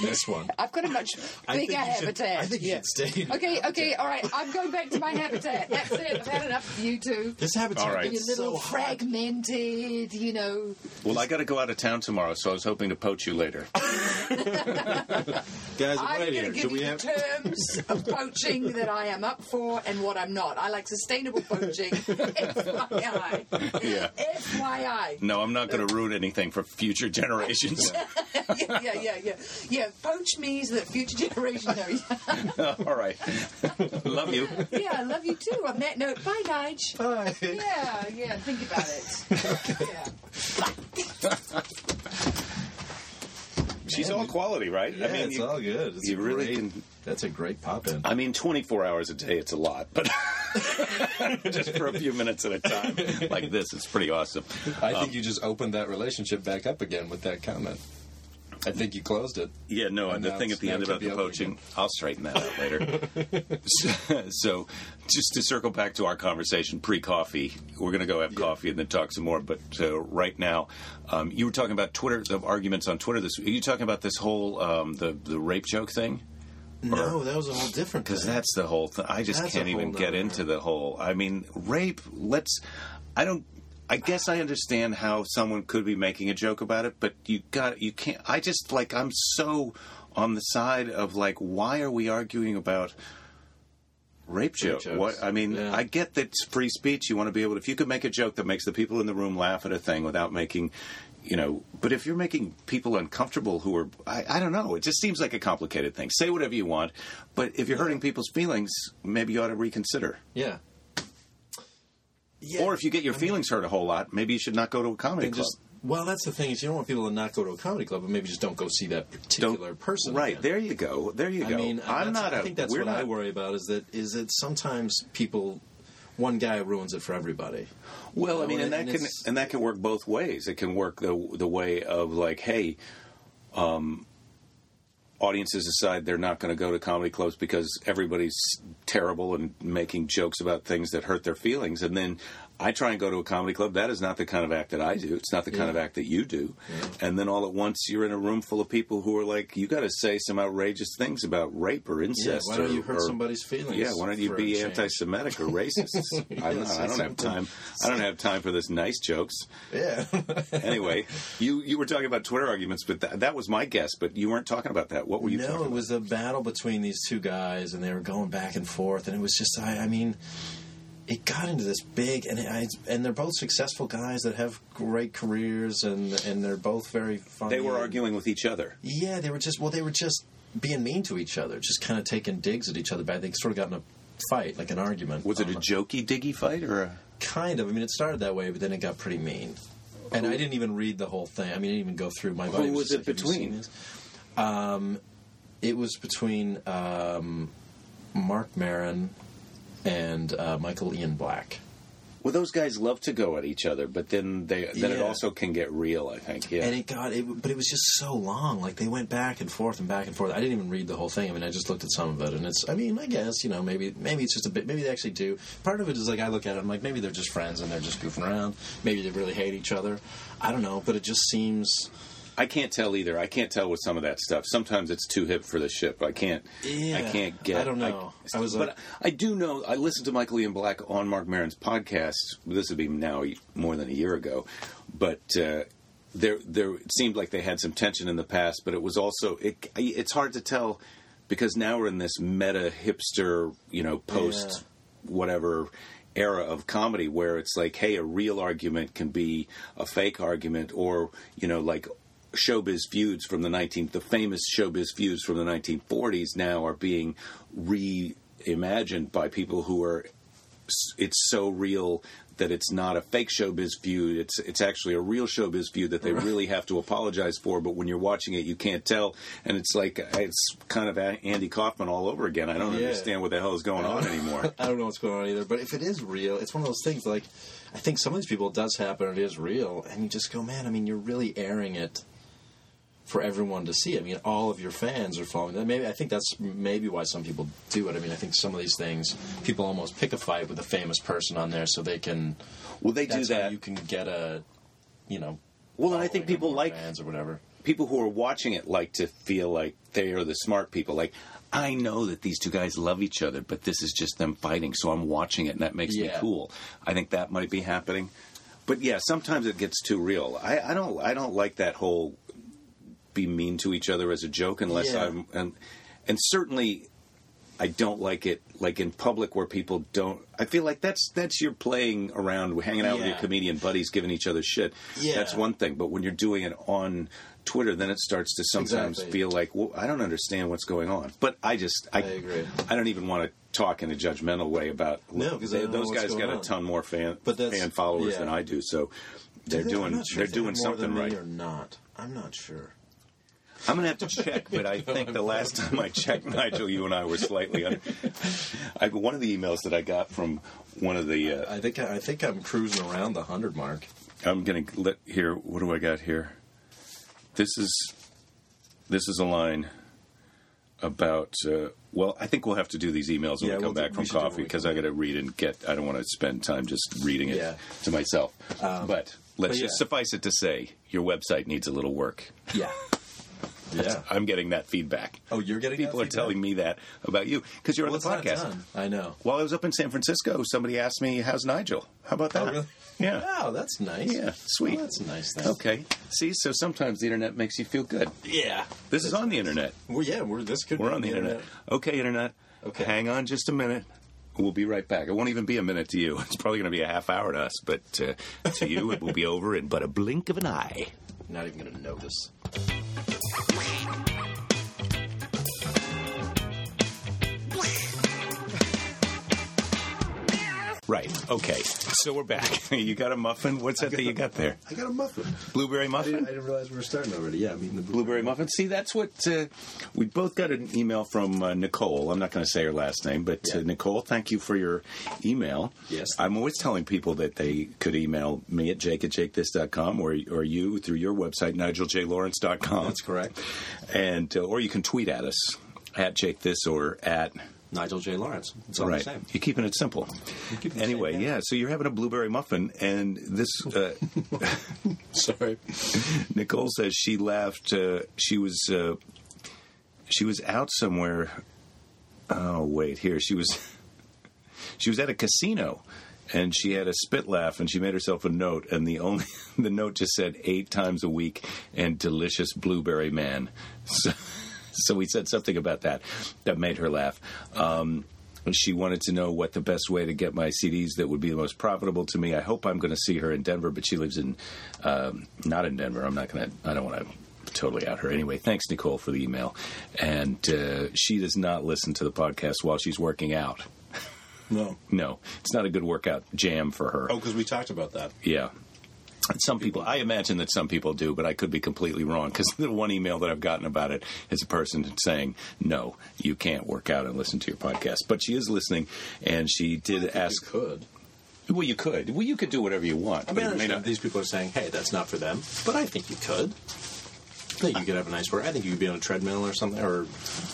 Speaker 2: than this one.
Speaker 3: I've got a much
Speaker 2: I think
Speaker 3: bigger
Speaker 2: you should-
Speaker 3: habitat.
Speaker 2: I think you
Speaker 3: yeah.
Speaker 2: should stay in your
Speaker 3: Okay, okay, all right. I'm going back to my habitat. That's it. I've had enough of you two.
Speaker 2: This habitat
Speaker 1: All right.
Speaker 3: Your
Speaker 2: gets
Speaker 3: little
Speaker 2: so hot.
Speaker 3: fragmented, you know.
Speaker 1: Well, I got to go out of town tomorrow, so I was hoping to poach you later.
Speaker 2: Guys,
Speaker 3: I'm
Speaker 2: wait
Speaker 3: going to
Speaker 2: here. Do
Speaker 3: give
Speaker 2: we
Speaker 3: you
Speaker 2: have?
Speaker 3: the terms of poaching that I am up for and what I'm not. I like sustainable poaching. FYI.
Speaker 1: Yeah.
Speaker 3: FYI.
Speaker 1: No, I'm not going to ruin anything for future generations.
Speaker 3: yeah, yeah, yeah, yeah. Yeah, poach me so that future generations know.
Speaker 1: All right. Love you.
Speaker 3: yeah, I love you too. On that note, bye, Nige.
Speaker 2: Hi.
Speaker 3: Yeah, yeah, think about it. Yeah.
Speaker 1: She's all quality, right?
Speaker 2: Yeah,
Speaker 1: I mean,
Speaker 2: it's
Speaker 1: you-
Speaker 2: all good. It's
Speaker 1: you
Speaker 2: a
Speaker 1: really
Speaker 2: great-
Speaker 1: can-
Speaker 2: That's a great pop in.
Speaker 1: I mean, 24 hours a day, it's a lot, but just for a few minutes at a time like this, it's pretty awesome.
Speaker 2: I
Speaker 1: Um,
Speaker 2: think you just opened that relationship back up again with that comment. I think you closed it.
Speaker 1: Yeah, no,
Speaker 2: And
Speaker 1: the
Speaker 2: now
Speaker 1: thing
Speaker 2: it's-
Speaker 1: at the
Speaker 2: now
Speaker 1: end
Speaker 2: it could
Speaker 1: about
Speaker 2: be
Speaker 1: the
Speaker 2: open
Speaker 1: poaching,
Speaker 2: again.
Speaker 1: I'll straighten that out later. so, so just to circle back to our conversation pre coffee, we're going to go have coffee and then talk some more. But uh, right now, um, you were talking about Twitter, of arguments on Twitter this Are you talking about this whole um, the, the rape joke thing?
Speaker 2: No, that was a whole different.
Speaker 1: Because
Speaker 2: thing.
Speaker 1: that's the whole thing. I just
Speaker 2: That's
Speaker 1: can't
Speaker 2: a whole
Speaker 1: even get
Speaker 2: nother-
Speaker 1: into the whole. I mean, rape, let's. I don't. I guess I understand how someone could be making a joke about it, but you got you can't. I just like I'm so on the side of like, why are we arguing about rape joke?
Speaker 2: jokes.
Speaker 1: What I mean,
Speaker 2: Yeah.
Speaker 1: I get that it's free speech. You want to be able, if you could make a joke that makes the people in the room laugh at a thing without making, you know, but if you're making people uncomfortable who are, I, I don't know, it just seems like a complicated thing. Say whatever you want, but if you're hurting people's feelings, maybe you ought to reconsider.
Speaker 2: yeah. Yeah.
Speaker 1: Or if you get your feelings hurt a whole lot, maybe you should not go to a comedy
Speaker 2: And
Speaker 1: club.
Speaker 2: just well, that's the thing is you don't want people to not go to a comedy club, but maybe just don't go see that
Speaker 1: Don't-
Speaker 2: particular person.
Speaker 1: Right
Speaker 2: again.
Speaker 1: there, you go. There you
Speaker 2: I
Speaker 1: go.
Speaker 2: mean,
Speaker 1: I'm
Speaker 2: that's-
Speaker 1: not.
Speaker 2: I
Speaker 1: a-
Speaker 2: think that's
Speaker 1: we're
Speaker 2: what
Speaker 1: not,
Speaker 2: I worry about is that is that sometimes people, one guy ruins it for everybody.
Speaker 1: Well, I
Speaker 2: know,
Speaker 1: mean, and
Speaker 2: and-
Speaker 1: that
Speaker 2: and
Speaker 1: can
Speaker 2: it's-
Speaker 1: and that can work both ways. It can work the the way of like, hey, um, audiences decide they're not going to go to comedy clubs because everybody's terrible and making jokes about things that hurt their feelings, and then. I try and go to a comedy club. That is not the kind of act that I do. It's not the kind of act that you do. And then all at once, you're in a room full of people who are like, "You got to say some outrageous things about rape or incest."
Speaker 2: why don't
Speaker 1: or-
Speaker 2: you hurt
Speaker 1: or-
Speaker 2: somebody's feelings
Speaker 1: Yeah, why don't you
Speaker 2: for a
Speaker 1: be
Speaker 2: change?
Speaker 1: anti-Semitic or racist? I don't, know.
Speaker 2: say
Speaker 1: I don't have
Speaker 2: something.
Speaker 1: time. I don't have time for this nice jokes.
Speaker 2: Yeah.
Speaker 1: Anyway, you you were talking about Twitter arguments, but that, that was my guess. But you weren't talking about that. What were you
Speaker 2: no,
Speaker 1: talking
Speaker 2: it was a battle between these two guys, and they were going back and forth, and it was just I, I mean, it got into this big, and I, and they're both successful guys that have great careers, and and they're both very funny.
Speaker 1: about? They were
Speaker 2: and-
Speaker 1: arguing with each other.
Speaker 2: Yeah, they were just well, they were just being mean to each other, just kind of taking digs at each other. But they sort of got in a fight, like an argument.
Speaker 1: Was it
Speaker 2: Um,
Speaker 1: a jokey diggy fight or? A...
Speaker 2: kind of? I mean, it started that way, but then it got pretty mean. And I didn't even read the whole thing. I mean, I didn't even go through my. buddy
Speaker 1: Who was
Speaker 2: just
Speaker 1: it
Speaker 2: like, "Have you seen
Speaker 1: between?"
Speaker 2: this?" Um, it was between um, Mark Maron and uh, Michael Ian Black.
Speaker 1: Well, those guys love to go at each other, but then they then it
Speaker 2: Yeah.
Speaker 1: also can get real. I think. Yeah.
Speaker 2: And it got it, but it was just so long. Like they went back and forth and back and forth. I didn't even read the whole thing. I mean, I just looked at some of it, and it's. I mean, I guess you know maybe maybe it's just a bit. Maybe they actually do. Part of it is like I look at it. I'm like maybe they're just friends and they're just goofing around. Maybe they really hate each other. I don't know, but it just seems.
Speaker 1: I can't tell either. I can't tell with some of that stuff. Sometimes it's too hip for the ship. I can't. I
Speaker 2: Yeah.
Speaker 1: can't get.
Speaker 2: I don't know. I was
Speaker 1: but
Speaker 2: like-
Speaker 1: I do know. I listened to Michael Ian Black on Mark Maron's podcast. This would be now e, more than a year ago, but uh, there, there it seemed like they had some tension in the past. But it was also it. It's hard to tell because now we're in this meta hipster, you know, post
Speaker 2: Yeah.
Speaker 1: whatever era of comedy where it's like, hey, a real argument can be a fake argument, or you know, like showbiz feuds from the 19 the famous showbiz feuds from the 1940s now are being reimagined by people who are it's so real that it's not a fake showbiz feud. It's it's actually a real showbiz feud that they really have to apologize for. But when you're watching it, you can't tell, and it's like it's kind of a- Andy Kaufman all over again. I don't
Speaker 2: Yeah.
Speaker 1: understand what the hell is going on anymore.
Speaker 2: I don't know what's going on either. But if it is real, it's one of those things. Like I think some of these people it does happen. It is real, and you just go, man. I mean, you're really airing it for everyone to see. I mean, all of your fans are following. that. Maybe I think that's maybe why some people do it. I mean, I think some of these things people almost pick a fight with a famous person on there so they can.
Speaker 1: Well, they
Speaker 2: That's
Speaker 1: do
Speaker 2: how
Speaker 1: that.
Speaker 2: you can get a, you know.
Speaker 1: well, and I think
Speaker 2: following or
Speaker 1: people
Speaker 2: more
Speaker 1: like
Speaker 2: fans or whatever.
Speaker 1: people who are watching it like to feel like they are the smart people. Like, I know that these two guys love each other, but this is just them fighting, so I'm watching it and that makes me
Speaker 2: Yeah.
Speaker 1: cool. I think that might be happening. But yeah, sometimes it gets too real. I, I don't I don't like that whole be mean to each other as a joke unless
Speaker 2: Yeah.
Speaker 1: I'm and and certainly I don't like it like in public where people don't I feel like that's that's your playing around hanging out with your
Speaker 2: Yeah.
Speaker 1: comedian buddies giving each other shit.
Speaker 2: Yeah.
Speaker 1: That's one thing. But when you're doing it on Twitter, then it starts to sometimes
Speaker 2: Exactly.
Speaker 1: feel like, well, I don't understand what's going on. But I just, I,
Speaker 2: agree.
Speaker 1: I don't even want to talk in a judgmental way about.
Speaker 2: No, 'cause I
Speaker 1: they-
Speaker 2: don't know
Speaker 1: those
Speaker 2: what's
Speaker 1: guys
Speaker 2: going
Speaker 1: got a
Speaker 2: on.
Speaker 1: ton more fan,
Speaker 2: But that's-
Speaker 1: fan followers
Speaker 2: yeah.
Speaker 1: than I do. So they're
Speaker 2: I'm
Speaker 1: doing,
Speaker 2: not sure
Speaker 1: they're
Speaker 2: if they have
Speaker 1: doing
Speaker 2: more than
Speaker 1: something
Speaker 2: me
Speaker 1: right.
Speaker 2: or not. I'm not sure.
Speaker 1: I'm gonna have to check, but I think the last time I checked, Nigel, you and I were slightly under. I, one of the emails that I got from one of the. Uh,
Speaker 2: I think I, I think I'm cruising around the hundred mark.
Speaker 1: I'm gonna let here. What do I got here? This is this is a line about. Uh, well, I think we'll have to do these emails when we
Speaker 2: Yeah, we'll
Speaker 1: come
Speaker 2: do-
Speaker 1: back
Speaker 2: we
Speaker 1: from
Speaker 2: should do it when
Speaker 1: coffee
Speaker 2: we
Speaker 1: because
Speaker 2: come
Speaker 1: I got to read and get. I don't want to spend time just reading it
Speaker 2: Yeah. Um,
Speaker 1: to myself. but let's
Speaker 2: but yeah.
Speaker 1: just suffice it to say, your website needs a little work.
Speaker 2: Yeah. Yeah.
Speaker 1: I'm getting that feedback.
Speaker 2: Oh, you're getting
Speaker 1: people
Speaker 2: that
Speaker 1: are
Speaker 2: feedback?
Speaker 1: telling me that about you because you're
Speaker 2: Well,
Speaker 1: on
Speaker 2: it's
Speaker 1: the
Speaker 2: not
Speaker 1: podcast.
Speaker 2: done. I know.
Speaker 1: While I was up in San Francisco, somebody asked me, "How's Nigel? How about that?"
Speaker 2: Oh, really?
Speaker 1: Yeah,
Speaker 2: Wow, that's nice.
Speaker 1: yeah, sweet.
Speaker 2: Well, that's a nice. Thing.
Speaker 1: Okay. See, so sometimes the internet makes you feel good.
Speaker 2: Yeah.
Speaker 1: This is on the internet.
Speaker 2: Well, yeah, we're this could.
Speaker 1: We're
Speaker 2: be
Speaker 1: on the internet. Okay, internet.
Speaker 2: Okay.
Speaker 1: Hang on just a minute. We'll be right back. It won't even be a minute to you. It's probably going to be a half hour to us, but uh, to you, it will be over in but a blink of an eye.
Speaker 2: Not even going to notice.
Speaker 1: Right. Okay. So we're back. you got a muffin? What's that that you got there?
Speaker 2: I got a muffin.
Speaker 1: Blueberry
Speaker 2: I didn't, I
Speaker 1: muffin.
Speaker 2: didn't realize we were starting already. Yeah, I mean the
Speaker 1: Blueberry muffin. See, that's what uh, we both got an email from uh, Nicole. I'm not going to say her last name, but uh,
Speaker 2: Yeah.
Speaker 1: Nicole, thank you for your email.
Speaker 2: Yes.
Speaker 1: I'm always telling people that they could email me at jake at jakethis.com or, or you through your website, nigeljlawrence.com.
Speaker 2: That's correct.
Speaker 1: And, uh, or you can tweet at us at jake this or at.
Speaker 2: Nigel J. Lawrence. It's all
Speaker 1: right.
Speaker 2: the same.
Speaker 1: You're keeping it simple.
Speaker 2: keeping it
Speaker 1: anyway,
Speaker 2: simple.
Speaker 1: yeah, so you're having a blueberry muffin, and this. Uh,
Speaker 2: Sorry.
Speaker 1: Nicole says she left. Uh, she was uh, she was out somewhere. Oh wait, here she was. She was at a casino, and she had a spit laugh, and she made herself a note, and the only the note just said eight times a week and delicious blueberry man. So, so we said something about that that made her laugh. Um, and she wanted to know what the best way to get my CDs that would be the most profitable to me. I hope I'm going to see her in Denver, but she lives in um, not in Denver. I'm not going to. I don't want to totally out her anyway. Thanks, Nicole, for the email. And uh, she does not listen to the podcast while she's working out.
Speaker 2: No.
Speaker 1: No, it's not a good workout jam for her.
Speaker 2: Oh, because we talked about that.
Speaker 1: Yeah. Some people, I imagine that some people do, but I could be completely wrong because the one email that I've gotten about it is a person saying, "No, you can't work out and listen to your podcast." But she is listening, and she did ask.
Speaker 2: could.
Speaker 1: Well, you could. Well, you could do whatever you want.
Speaker 2: I
Speaker 1: but
Speaker 2: mean,
Speaker 1: it may not-
Speaker 2: these people are saying, "Hey, that's not for them," but I think you could. I think you could have a nice work. I think you could be on a treadmill or something, or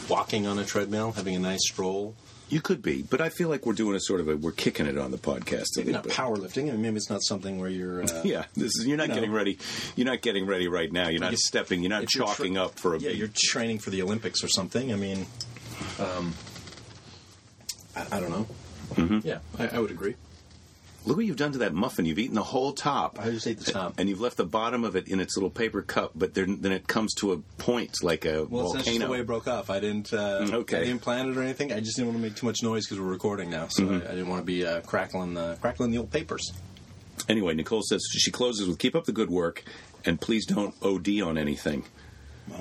Speaker 2: walking on a treadmill, having a nice stroll.
Speaker 1: you could be, but I feel like we're doing a sort of a we're kicking it on the podcast. a little
Speaker 2: Maybe not
Speaker 1: bit.
Speaker 2: powerlifting. I mean, maybe it's not something where you're. Uh,
Speaker 1: Yeah, this is, you're not
Speaker 2: No.
Speaker 1: getting ready. You're not getting ready right now. You're not
Speaker 2: If-
Speaker 1: stepping. You're not
Speaker 2: if you're
Speaker 1: chalking
Speaker 2: tra-
Speaker 1: up for a
Speaker 2: yeah,
Speaker 1: big-
Speaker 2: you're training for the Olympics or something. I mean, um, I, I don't know.
Speaker 1: Mm-hmm.
Speaker 2: Yeah, I, I would agree.
Speaker 1: Look what you've done to that muffin. You've eaten the whole top.
Speaker 2: I just ate the top.
Speaker 1: Uh, And you've left the bottom of it in its little paper cup, but then, then it comes to a point like a
Speaker 2: Well, that's just
Speaker 1: volcano.
Speaker 2: the way it broke off. I didn't. Uh,
Speaker 1: okay.
Speaker 2: I didn't plan it or anything. I just didn't want to make too much noise because we're recording now, so
Speaker 1: Mm-hmm.
Speaker 2: I, I didn't want to be uh, crackling the crackling the old papers.
Speaker 1: anyway, Nicole says she closes with keep up the good work and please don't OD on anything.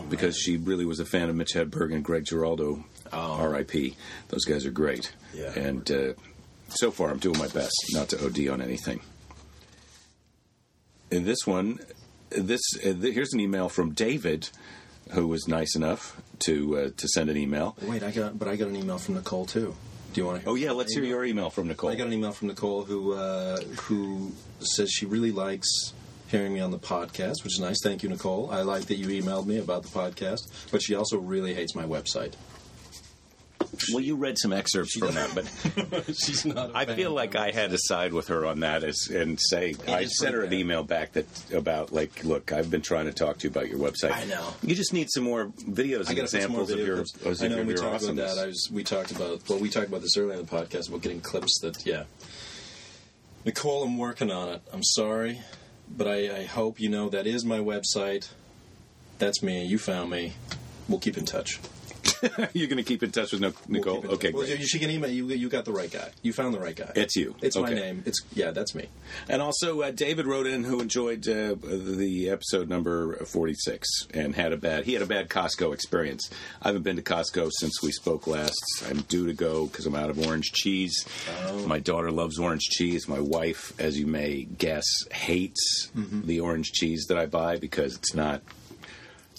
Speaker 1: Because she really was a fan of Mitch Hedberg and Greg Giraldo, R.I.P. Those guys are great.
Speaker 2: Oh. Yeah.
Speaker 1: And uh, so far, I'm doing my best not to OD on anything. In this one, this uh, th- here's an email from David, who was nice enough to uh, to send an email.
Speaker 2: Wait, I got but I got an email from Nicole too. Do you want to?
Speaker 1: Oh yeah, let's hear your email from Nicole.
Speaker 2: I got an email from Nicole who uh, who says she really likes hearing me on the podcast, which is nice. Thank you, Nicole. I like that you emailed me about the podcast, but she also really hates my website.
Speaker 1: Well, you read some excerpts from that, but
Speaker 2: She's not. I
Speaker 1: I feel like I had to side with her on that as, and say I
Speaker 2: is
Speaker 1: sent her
Speaker 2: pretty
Speaker 1: an
Speaker 2: bad.
Speaker 1: email back that about like, look, I've been trying to talk to you about your website.
Speaker 2: I know.
Speaker 1: You just need some more videos
Speaker 2: I
Speaker 1: and
Speaker 2: got some
Speaker 1: examples
Speaker 2: more
Speaker 1: of
Speaker 2: video
Speaker 1: your,
Speaker 2: clips.
Speaker 1: of
Speaker 2: I know
Speaker 1: your,
Speaker 2: when we
Speaker 1: your
Speaker 2: talked about
Speaker 1: awesomeness.
Speaker 2: that. I was, we talked about well, we talked about this earlier in the podcast about getting clips that yeah. Nicole, I'm working on it. I'm sorry, but I, I hope you know that is my website. That's me. You found me. We'll keep in touch.
Speaker 1: You're going to keep in touch with Nic-
Speaker 2: We'll
Speaker 1: Nicole.
Speaker 2: keep in touch.
Speaker 1: okay,
Speaker 2: Well,
Speaker 1: great.
Speaker 2: you, she can email. You you got the right guy. You found the right guy.
Speaker 1: It's you.
Speaker 2: It's my
Speaker 1: Okay.
Speaker 2: name. It's yeah. That's me.
Speaker 1: And also, uh, David wrote in who enjoyed uh, the episode number forty-six and had a bad. He had a bad Costco experience. I haven't been to Costco since we spoke last. I'm due to go because I'm out of orange cheese. My daughter loves orange cheese. My wife, as you may guess, hates the orange cheese that I buy because it's not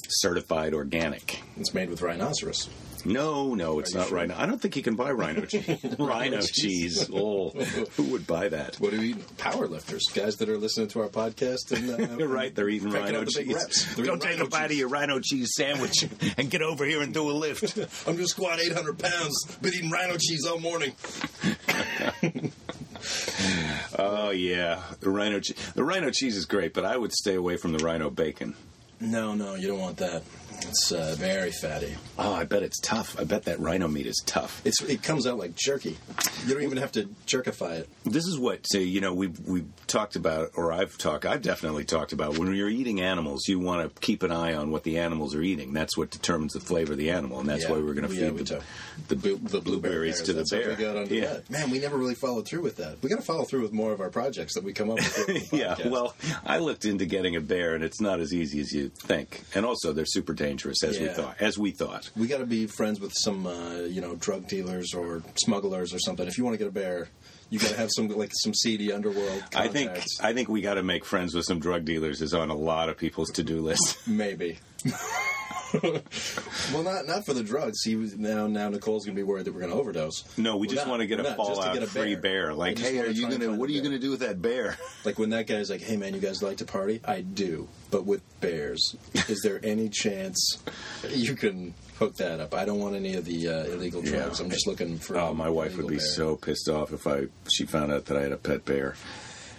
Speaker 1: certified organic.
Speaker 2: It's made with rhinoceros.
Speaker 1: No, no, it's
Speaker 2: you
Speaker 1: not
Speaker 2: sure?
Speaker 1: rhino. I don't think you can buy rhino cheese. rhino cheese. Oh, who would buy that?
Speaker 2: What do we eat? Power lifters, guys that are listening to our podcast. And, uh,
Speaker 1: You're right. They're eating
Speaker 2: cranking
Speaker 1: rhino
Speaker 2: up the big reps.
Speaker 1: cheese.
Speaker 2: They're
Speaker 1: Don't
Speaker 2: eating
Speaker 1: take a
Speaker 2: rhino
Speaker 1: bite of
Speaker 2: cheese.
Speaker 1: your rhino cheese sandwich and get over here and do a lift.
Speaker 2: I'm going to squat 800 pounds. Been eating rhino cheese all morning.
Speaker 1: Oh yeah, the rhino cheese. The rhino cheese is great, but I would stay away from the rhino bacon.
Speaker 2: No, no, you don't want that. It's uh, very fatty.
Speaker 1: Oh, I bet it's tough. I bet that rhino meat is tough.
Speaker 2: It's it comes out like jerky. You don't even have to jerkify it.
Speaker 1: This is what so, you know. We we talked about, or I've talked. I've definitely talked about when you're eating animals, you want to keep an eye on what the animals are eating. That's what determines the flavor of the animal, and that's
Speaker 2: Yeah.
Speaker 1: why we're going to
Speaker 2: Yeah,
Speaker 1: feed
Speaker 2: we
Speaker 1: the,
Speaker 2: do.
Speaker 1: the,
Speaker 2: Bu-
Speaker 1: the blueberries to the
Speaker 2: That's how
Speaker 1: bear.
Speaker 2: We got onto
Speaker 1: yeah.
Speaker 2: that. Man, we never really followed through with that. We got to follow through with more of our projects that we come up with. on the
Speaker 1: Yeah,
Speaker 2: podcast.
Speaker 1: well, I looked into getting a bear, and it's not as easy as you think. And also, they're super dangerous, as we
Speaker 2: Yeah.
Speaker 1: thought. As we thought,
Speaker 2: we got to be friends with some, uh, you know, drug dealers or smugglers or something. If you want to get a bear, you got to have some like some seedy underworld. Contacts.
Speaker 1: I think I think we got to make friends with some drug dealers is on a lot of people's to do list.
Speaker 2: Maybe. well, not not for the drugs. He was now now Nicole's gonna be worried that we're gonna overdose.
Speaker 1: No, we
Speaker 2: We're
Speaker 1: just
Speaker 2: not.
Speaker 1: want to get
Speaker 2: We're
Speaker 1: a
Speaker 2: not, just to
Speaker 1: fallout
Speaker 2: get a
Speaker 1: free bear. Like,
Speaker 2: We just
Speaker 1: hey,
Speaker 2: wanna
Speaker 1: are you
Speaker 2: try and
Speaker 1: gonna?
Speaker 2: find
Speaker 1: What
Speaker 2: a
Speaker 1: are you
Speaker 2: bear.
Speaker 1: gonna do with that bear?
Speaker 2: Like when that guy's like, "Hey man, you guys like to party?" I do, but with bears. Is there any chance you can hook that up? I don't want any of the uh, illegal
Speaker 1: Yeah.
Speaker 2: drugs. I'm just looking for.
Speaker 1: Oh, my
Speaker 2: an
Speaker 1: wife would
Speaker 2: illegal
Speaker 1: be
Speaker 2: bear.
Speaker 1: so pissed off if I she found out that I had a pet bear.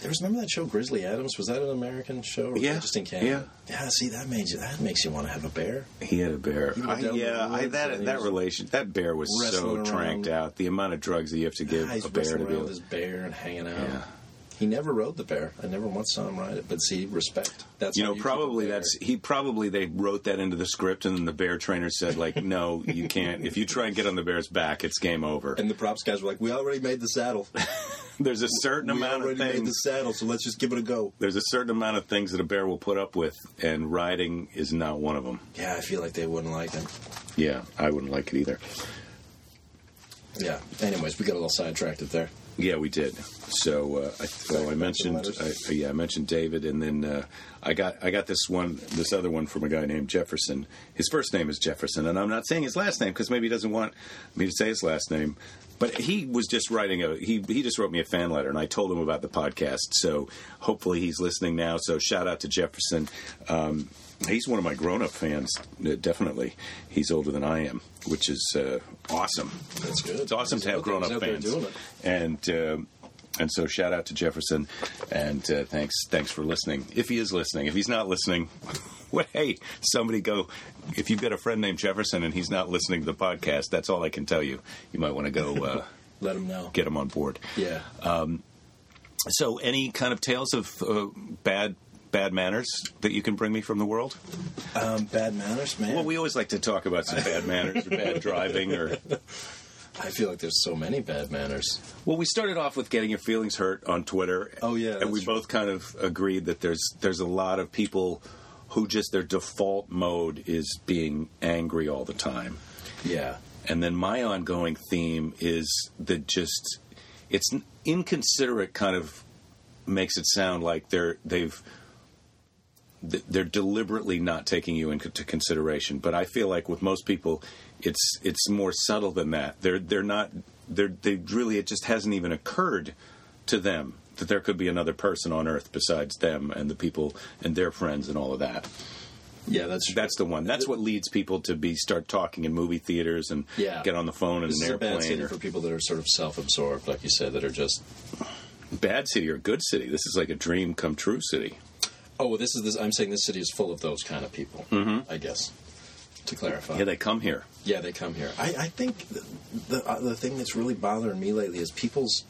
Speaker 2: There was remember that show Grizzly Adams? Was that an American show? Or was
Speaker 1: Yeah.
Speaker 2: that just in Canada. Yeah, see that makes you that makes you want to have a bear.
Speaker 1: He had a bear.
Speaker 2: were
Speaker 1: I-
Speaker 2: down in
Speaker 1: yeah,
Speaker 2: the
Speaker 1: I,
Speaker 2: woods and
Speaker 1: that
Speaker 2: he
Speaker 1: that
Speaker 2: was
Speaker 1: relation that bear was so
Speaker 2: wrestling
Speaker 1: tranked
Speaker 2: around.
Speaker 1: out. The amount of drugs that you have to give a
Speaker 2: Ah, he's
Speaker 1: bear
Speaker 2: wrestling
Speaker 1: to
Speaker 2: around
Speaker 1: be
Speaker 2: with
Speaker 1: able.
Speaker 2: his bear and hanging out.
Speaker 1: Yeah.
Speaker 2: He never rode the bear. I never once saw him ride it. But see, respect. That's
Speaker 1: You
Speaker 2: how
Speaker 1: know,
Speaker 2: keep Oh, a
Speaker 1: probably
Speaker 2: bear.
Speaker 1: that's he. Probably they wrote that into the script, and then the bear trainer said, like, "No, you can't. If you try and get on the bear's back, it's game over."
Speaker 2: And the props guys were like, "We already made the saddle.
Speaker 1: There's a certain
Speaker 2: we
Speaker 1: amount of
Speaker 2: already made the
Speaker 1: things.
Speaker 2: saddle. So let's just give it a go."
Speaker 1: There's a certain amount of things that a bear will put up with, and riding is not one of them.
Speaker 2: Yeah, I feel like they wouldn't like him.
Speaker 1: Yeah, I wouldn't like it either.
Speaker 2: Yeah. Anyways, we got a little sidetracked there.
Speaker 1: Yeah, we did. So, uh, I, well, I mentioned, I,
Speaker 2: letters.
Speaker 1: yeah, I mentioned David, and then uh, I got I got this one, this other one from a guy named Jefferson. His first name is Jefferson, and I'm not saying his last name because maybe he doesn't want me to say his last name. But he was just writing a he he just wrote me a fan letter, and I told him about the podcast. So hopefully he's listening now. So shout out to Jefferson. Um, he's one of my grown up fans, uh, definitely. He's older than I am, which is uh, awesome.
Speaker 2: That's good.
Speaker 1: It's awesome to have
Speaker 2: He's out
Speaker 1: grown
Speaker 2: there-
Speaker 1: up
Speaker 2: he's out there
Speaker 1: fans.
Speaker 2: doing it.
Speaker 1: And um and so shout out to Jefferson, and uh, thanks thanks for listening. If he is listening, if he's not listening, well, hey, somebody go. If you've got a friend named Jefferson and he's not listening to the podcast, that's all I can tell you. You might want to go uh,
Speaker 2: Let him know.
Speaker 1: get him on board.
Speaker 2: yeah.
Speaker 1: So, any kind of tales of uh, bad bad manners that you can bring me from the world?
Speaker 2: Um, bad manners, man.
Speaker 1: Well, we always like to talk about some bad manners or bad driving or
Speaker 2: I feel like there's so many bad manners.
Speaker 1: Well, we started off with getting your feelings hurt on Twitter.
Speaker 2: Oh, yeah,
Speaker 1: and we
Speaker 2: that's true.
Speaker 1: both kind of agreed that there's there's a lot of people who just their default mode is being angry all the time.
Speaker 2: Yeah.
Speaker 1: And then my ongoing theme is that just it's n- inconsiderate kind of makes it sound like they're they've th- they're deliberately not taking you into consideration. But I feel like with most people, it's it's more subtle than that. They're they're not they're they really it just hasn't even occurred to them that there could be another person on Earth besides them and the people and their friends and all of that.
Speaker 2: Yeah, that's
Speaker 1: That's the one. That's what leads people to be start talking in movie theaters and
Speaker 2: Yeah.
Speaker 1: get on the phone in
Speaker 2: This
Speaker 1: an
Speaker 2: is a bad
Speaker 1: airplane.
Speaker 2: city
Speaker 1: or
Speaker 2: for people that are sort of self-absorbed, like you said, that are just
Speaker 1: bad city or good city. This is like a dream come true city.
Speaker 2: oh, well, this is this. I'm saying this city is full of those kind of people.
Speaker 1: Mm-hmm.
Speaker 2: I guess to clarify.
Speaker 1: Yeah, they come here.
Speaker 2: Yeah, they come here. I, I think the the, uh, the thing that's really bothering me lately is people's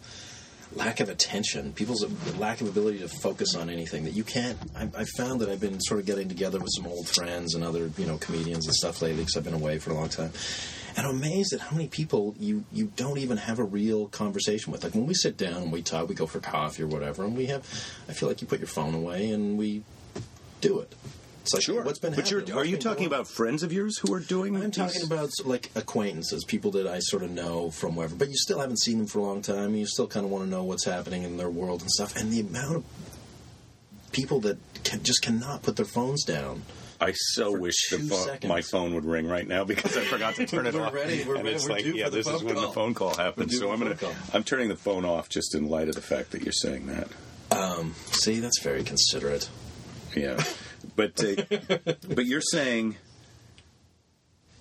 Speaker 2: lack of attention, people's lack of ability to focus on anything. That you can't. I, I found that I've been sort of getting together with some old friends and other you know comedians and stuff lately because I've been away for a long time. And I'm amazed at how many people you, you don't even have a real conversation with. Like when we sit down and we talk, we go for coffee or whatever, and we have. I feel like you put your phone away and we do it. It's like what's been.
Speaker 1: But you're,
Speaker 2: happening?
Speaker 1: are
Speaker 2: What's
Speaker 1: you
Speaker 2: been
Speaker 1: talking
Speaker 2: going on?
Speaker 1: about friends of yours who are doing?
Speaker 2: I'm talking
Speaker 1: these-
Speaker 2: about like acquaintances, people that I sort of know from wherever, but you still haven't seen them for a long time, and you still kind of want to know what's happening in their world and stuff. And the amount of people that can, just cannot put their phones down
Speaker 1: I so wish the
Speaker 2: two
Speaker 1: phone,
Speaker 2: seconds.
Speaker 1: my phone would ring right now because I forgot to turn it
Speaker 2: We're
Speaker 1: off.
Speaker 2: ready, we're
Speaker 1: and
Speaker 2: ready,
Speaker 1: it's
Speaker 2: we're
Speaker 1: like,
Speaker 2: due
Speaker 1: yeah,
Speaker 2: for the
Speaker 1: this is
Speaker 2: phone
Speaker 1: when the
Speaker 2: call.
Speaker 1: phone call
Speaker 2: due
Speaker 1: happens. So
Speaker 2: for
Speaker 1: I'm
Speaker 2: the
Speaker 1: gonna,
Speaker 2: phone call.
Speaker 1: I'm turning the phone off just in light of the fact that you're saying that.
Speaker 2: Um, see, that's very considerate.
Speaker 1: Yeah, but uh, but you're saying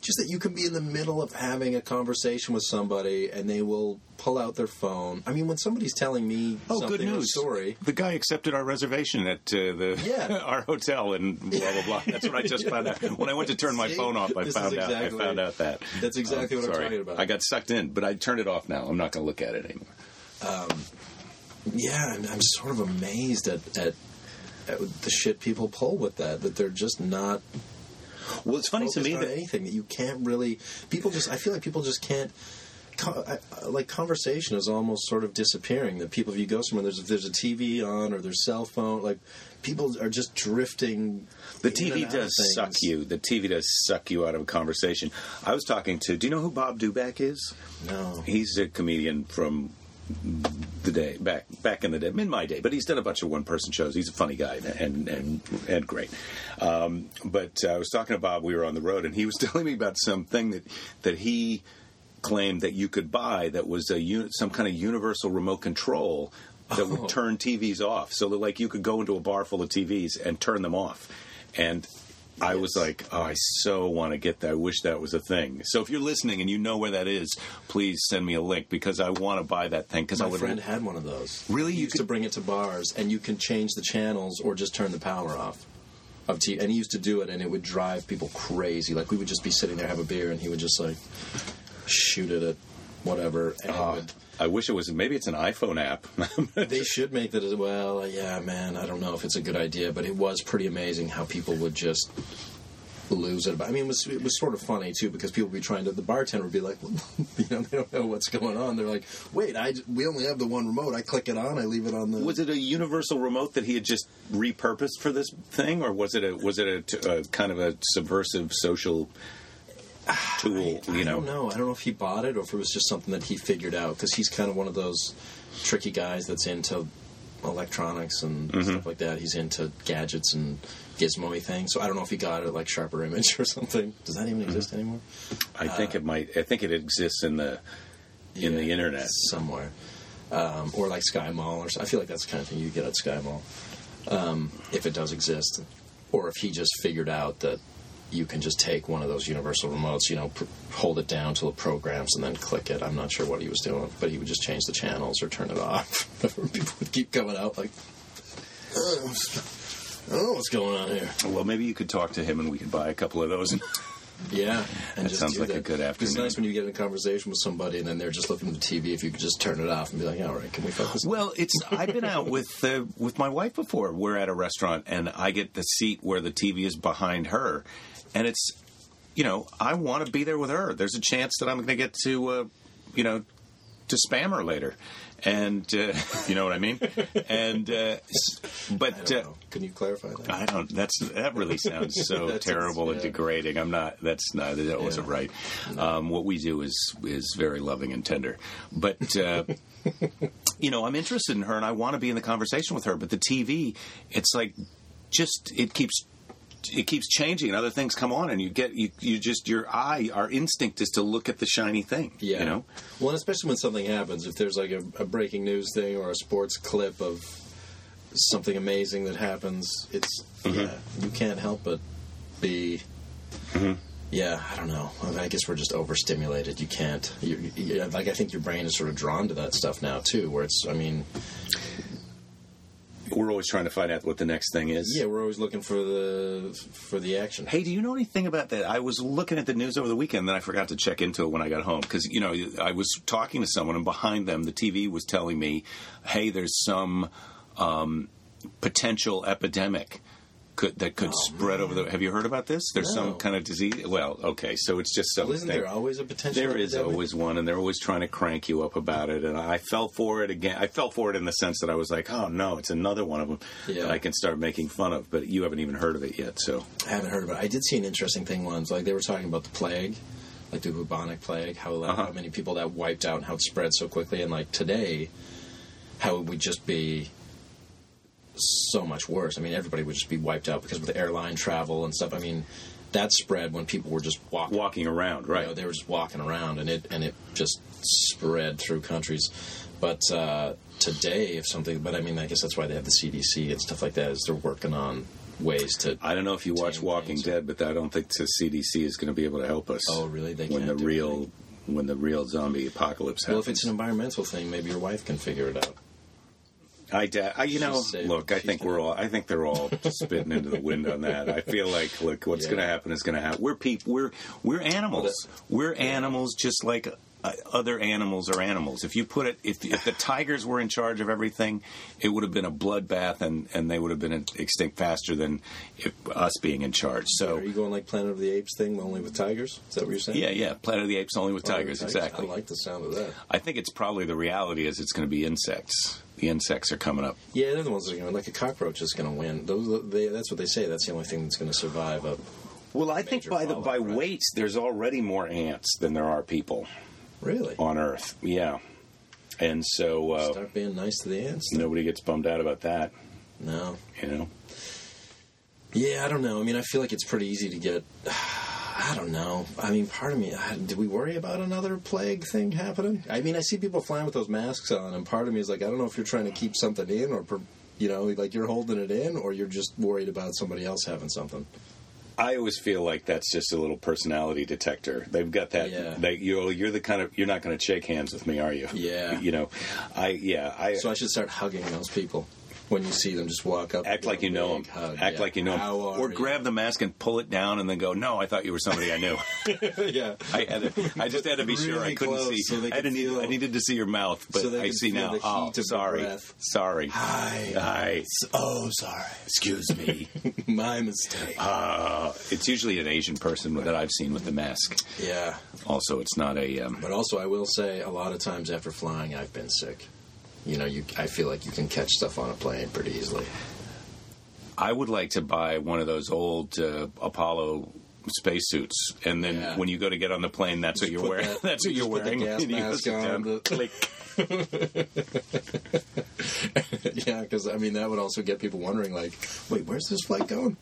Speaker 2: Just that you can be in the middle of having a conversation with somebody and they will pull out their phone. I mean, when somebody's telling me
Speaker 1: Oh,
Speaker 2: something
Speaker 1: good
Speaker 2: or a
Speaker 1: news!
Speaker 2: story,
Speaker 1: The guy accepted our reservation at uh, the
Speaker 2: Yeah.
Speaker 1: our hotel and blah blah blah. That's what I just found out. When I went to turn my
Speaker 2: See?
Speaker 1: phone off, I
Speaker 2: This is
Speaker 1: found out.
Speaker 2: exactly-
Speaker 1: I found out that
Speaker 2: That's exactly what I'm
Speaker 1: sorry.
Speaker 2: talking about.
Speaker 1: I got sucked in, but I turned it off now. I'm not going to look at it anymore.
Speaker 2: yeah, I'm, I'm sort of amazed at, at at the shit people pull with that. That they're just not
Speaker 1: Well, it's funny to
Speaker 2: focused
Speaker 1: me
Speaker 2: on
Speaker 1: that
Speaker 2: anything that you can't really. People just. I feel like people just can't. co- I- I- Like conversation is almost sort of disappearing. That people, if you go somewhere, there's if there's a TV on or there's cell phone. Like people are just drifting.
Speaker 1: The
Speaker 2: in and
Speaker 1: TV
Speaker 2: out
Speaker 1: does
Speaker 2: of things.
Speaker 1: suck you. The TV does suck you out of a conversation. I was talking to. Do you know who Bob Duback is?
Speaker 2: No.
Speaker 1: He's a comedian from the day back back in the day, in my day. But he's done a bunch of one person shows. He's a funny guy and and and great. Um, but uh, I was talking to Bob. We were on the road, and he was telling me about something that that he claimed that you could buy that was a uni- some kind of universal remote control that
Speaker 2: Oh.
Speaker 1: would turn TVs off. So that like you could go into a bar full of TVs and turn them off. And I was like, oh, I so want to get that. I wish that was a thing. So if you're listening and you know where that is, please send me a link because I want to buy that thing because I
Speaker 2: My
Speaker 1: would.
Speaker 2: friend had one of those.
Speaker 1: Really?
Speaker 2: He
Speaker 1: You
Speaker 2: used to
Speaker 1: could-
Speaker 2: bring it to bars, and you can change the channels or just turn the power off. Of T- and he used to do it, and it would drive people crazy. Like we would just be sitting there, have a beer, and he would just like shoot it at whatever. And it
Speaker 1: Ah,
Speaker 2: would-
Speaker 1: I wish it was. Maybe it's an iPhone app.
Speaker 2: they should make that as well. Yeah, man, I don't know if it's a good idea, but it was pretty amazing how people would just lose it. I mean, it was it was sort of funny too because people would be trying to. The bartender would be like, you know, they don't know what's going on. They're like, wait, I we only have the one remote. I click it on, I leave it on the.
Speaker 1: was it a universal remote that he had just repurposed for this thing, or was it a was it a, t- a kind of a subversive social tool?
Speaker 2: I
Speaker 1: you know.
Speaker 2: don't know. I don't know if he bought it or if it was just something that he figured out because he's kind of one of those tricky guys that's into electronics and stuff like that. He's into gadgets and gizmo-y things. So I don't know if he got it at, like Sharper Image or something. Does that even exist anymore?
Speaker 1: I think it might. I think it exists in the in the
Speaker 2: Yeah,
Speaker 1: internet.
Speaker 2: somewhere, um, or like Sky Mall or so. I feel like that's the kind of thing you get at Sky Mall um, if it does exist, or if he just figured out that you can just take one of those universal remotes, you know, pr- hold it down till it programs and then click it. I'm not sure what he was doing, but he would just change the channels or turn it off. People would keep coming out like. "Oh, I don't know what's going on here.
Speaker 1: Well, maybe you could talk to him, and we could buy a couple of those.
Speaker 2: Yeah, and
Speaker 1: That
Speaker 2: just
Speaker 1: sounds
Speaker 2: do
Speaker 1: like a
Speaker 2: that.
Speaker 1: good
Speaker 2: It's
Speaker 1: afternoon.
Speaker 2: nice when you get in a conversation with somebody and then they're just looking at the TV. If you could just turn it off and be like, "All right, can we focus?"
Speaker 1: Well, it's I've been out with uh, with my wife before. We're at a restaurant, and I get the seat where the TV is behind her, and it's you know I want to be there with her. There's a chance that I'm going to get to uh, you know to spam her later, and uh, you know what I mean. And uh, s-
Speaker 2: I
Speaker 1: but
Speaker 2: don't
Speaker 1: uh,
Speaker 2: know. Can you clarify that?
Speaker 1: I don't. That's that really sounds so
Speaker 2: That sounds-
Speaker 1: terrible and
Speaker 2: yeah.
Speaker 1: degrading. I'm not. That's not. That wasn't
Speaker 2: Yeah.
Speaker 1: right. Um, what we do is is very loving and tender, but. Uh, You know, I'm interested in her and I want to be in the conversation with her, but the TV, it's like just it keeps it keeps changing and other things come on and you get you, you just your eye our instinct is to look at the shiny thing.
Speaker 2: yeah.
Speaker 1: You know?
Speaker 2: Well, and especially when something happens, if there's like a, a breaking news thing or a sports clip of something amazing that happens, it's
Speaker 1: Mm-hmm.
Speaker 2: yeah, you can't help but be.
Speaker 1: Mm-hmm.
Speaker 2: Yeah, I don't know. I, mean, I guess we're just overstimulated. You can't. You, you, like I think your brain is sort of drawn to that stuff now too. Where it's, I mean,
Speaker 1: We're always trying to find out what the next thing is.
Speaker 2: yeah, we're always looking for the for the action.
Speaker 1: Hey, do you know anything about that? I was looking at the news over the weekend, then I forgot to check into it when I got home because you know I was talking to someone, and behind them, the TV was telling me, "Hey, there's some um, potential epidemic." Could, that could spread over the. Have you heard about this? There's
Speaker 2: Oh, No.
Speaker 1: some kind of disease. Well, okay, so it's just something.
Speaker 2: Well, isn't there always a potential?
Speaker 1: There is
Speaker 2: epidemic?
Speaker 1: always one, and they're always trying to crank you up about it. And I fell for it again. I fell for it in the sense that I was like, "Oh no, it's another one of them
Speaker 2: Yeah.
Speaker 1: that I can start making fun of." But you haven't even heard of it yet, so
Speaker 2: I haven't heard about. it. I did see an interesting thing once. Like they were talking about the plague, like the bubonic plague, how like,
Speaker 1: Uh-huh.
Speaker 2: how many people that wiped out and how it spread so quickly, and like today, how it would just be so much worse. I mean, everybody would just be wiped out because of the airline travel and stuff. I mean, that spread when people were just walking,
Speaker 1: Walking around, right?
Speaker 2: you know, they were just walking around, and it and it just spread through countries. But uh, today, if something, but I mean, I guess that's why they have the CDC and stuff like that. Is they're working on ways to.
Speaker 1: I don't know if you watch
Speaker 2: Tame
Speaker 1: Walking
Speaker 2: things.
Speaker 1: Dead, but I don't think the CDC is going to be able to help us.
Speaker 2: Oh, really? They
Speaker 1: when
Speaker 2: can't
Speaker 1: the
Speaker 2: do
Speaker 1: real when the real zombie apocalypse
Speaker 2: Well,
Speaker 1: happens.
Speaker 2: if it's an environmental thing, maybe your wife can figure it out.
Speaker 1: I, da- I you know,
Speaker 2: She's safe.
Speaker 1: look, I
Speaker 2: She's
Speaker 1: think we're all, I think they're all spitting into the wind on that. I feel like, look, what's
Speaker 2: Yeah.
Speaker 1: going to happen is going to happen. We're people, we're we're animals. We're animals, just like uh, other animals are animals. If you put it, if, if the tigers were in charge of everything, it would have been a bloodbath, and and they would have been extinct faster than if us being in charge. So.
Speaker 2: Are you going like Planet of the Apes thing, only with tigers? Is that what you're saying?
Speaker 1: Yeah, yeah. Planet of the Apes only with
Speaker 2: Planet
Speaker 1: tigers,
Speaker 2: of the
Speaker 1: exactly.
Speaker 2: I like the sound of that.
Speaker 1: I think it's probably the reality is it's going to be insects. The insects are coming up.
Speaker 2: Yeah, they're the ones that are going to, like a cockroach is going to win. Those, they, that's what they say. That's the only thing that's going to survive. A,
Speaker 1: Well, I think
Speaker 2: Major
Speaker 1: by the
Speaker 2: fallout,
Speaker 1: by
Speaker 2: right.
Speaker 1: weights, there's already more ants than there are people
Speaker 2: really?
Speaker 1: on Earth. Yeah, and so uh,
Speaker 2: Start being nice to the ants. then.
Speaker 1: nobody gets bummed out about that.
Speaker 2: No.
Speaker 1: You know,
Speaker 2: Yeah, I don't know. I mean, I feel like it's pretty easy to get. I don't know. I mean, part of me, I, do we worry about another plague thing happening? I mean, I see people flying with those masks on, and part of me is like, I don't know if you're trying to keep something in or, per- you know, like you're holding it in or you're just worried about somebody else having something.
Speaker 1: I always feel like that's just a little personality detector. They've got that.
Speaker 2: Yeah.
Speaker 1: They, you're, you're the kind of you're not going to shake hands with me, are you?
Speaker 2: Yeah.
Speaker 1: You know, I yeah I.
Speaker 2: So I should start hugging those people when you see them. Just walk up,
Speaker 1: Act
Speaker 2: give
Speaker 1: like you know
Speaker 2: a
Speaker 1: them.
Speaker 2: big hug.
Speaker 1: Act
Speaker 2: Yeah.
Speaker 1: like you know them.
Speaker 2: How are
Speaker 1: Or
Speaker 2: you?
Speaker 1: grab the mask and pull it down and then go, no, I thought you were somebody I knew.
Speaker 2: yeah.
Speaker 1: I had to, I just had to be sure I
Speaker 2: Really
Speaker 1: couldn't
Speaker 2: close
Speaker 1: see.
Speaker 2: so they
Speaker 1: I,
Speaker 2: could
Speaker 1: didn't
Speaker 2: feel-
Speaker 1: need, I needed to see your mouth, but
Speaker 2: so they
Speaker 1: I
Speaker 2: could
Speaker 1: see
Speaker 2: feel
Speaker 1: now.
Speaker 2: the
Speaker 1: Oh,
Speaker 2: heat of the
Speaker 1: sorry,
Speaker 2: breath.
Speaker 1: sorry.
Speaker 2: Hi.
Speaker 1: Hi.
Speaker 2: Oh, sorry.
Speaker 1: Excuse me.
Speaker 2: My mistake.
Speaker 1: uh, it's usually an Asian person that I've seen with the mask.
Speaker 2: yeah.
Speaker 1: Also, it's not a. Um,
Speaker 2: But also, I will say, a lot of times after flying, I've been sick. You know, you I feel like you can catch stuff on a plane pretty easily.
Speaker 1: I would like to buy one of those old uh, Apollo spacesuits, and then
Speaker 2: Yeah.
Speaker 1: when you go to get on the plane, that's what you're
Speaker 2: put
Speaker 1: wearing.
Speaker 2: that-
Speaker 1: that's what
Speaker 2: just
Speaker 1: you're
Speaker 2: put the
Speaker 1: wearing.
Speaker 2: gas
Speaker 1: And you
Speaker 2: mask
Speaker 1: sit
Speaker 2: on,
Speaker 1: down,
Speaker 2: the-
Speaker 1: click.
Speaker 2: yeah, because I mean, that would also get people wondering, like, wait, where's this flight going?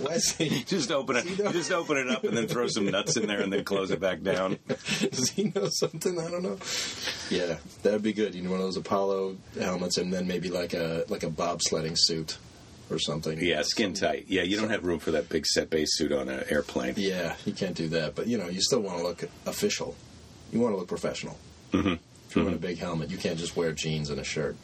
Speaker 2: Why is he?
Speaker 1: Just open it.
Speaker 2: See, no.
Speaker 1: Just open it up, and then throw some nuts in there, and then close it back down.
Speaker 2: Does he know something? I don't know. Yeah, that'd be good. You know, one of those Apollo helmets, and then maybe like a like a bobsledding suit or something.
Speaker 1: Yeah, skin tight. Yeah, you don't have room for that big set base suit on an airplane.
Speaker 2: Yeah, you can't do that, but you know, you still want to look official. You want to look professional. If you're wearing a big helmet, you can't just wear jeans and a shirt.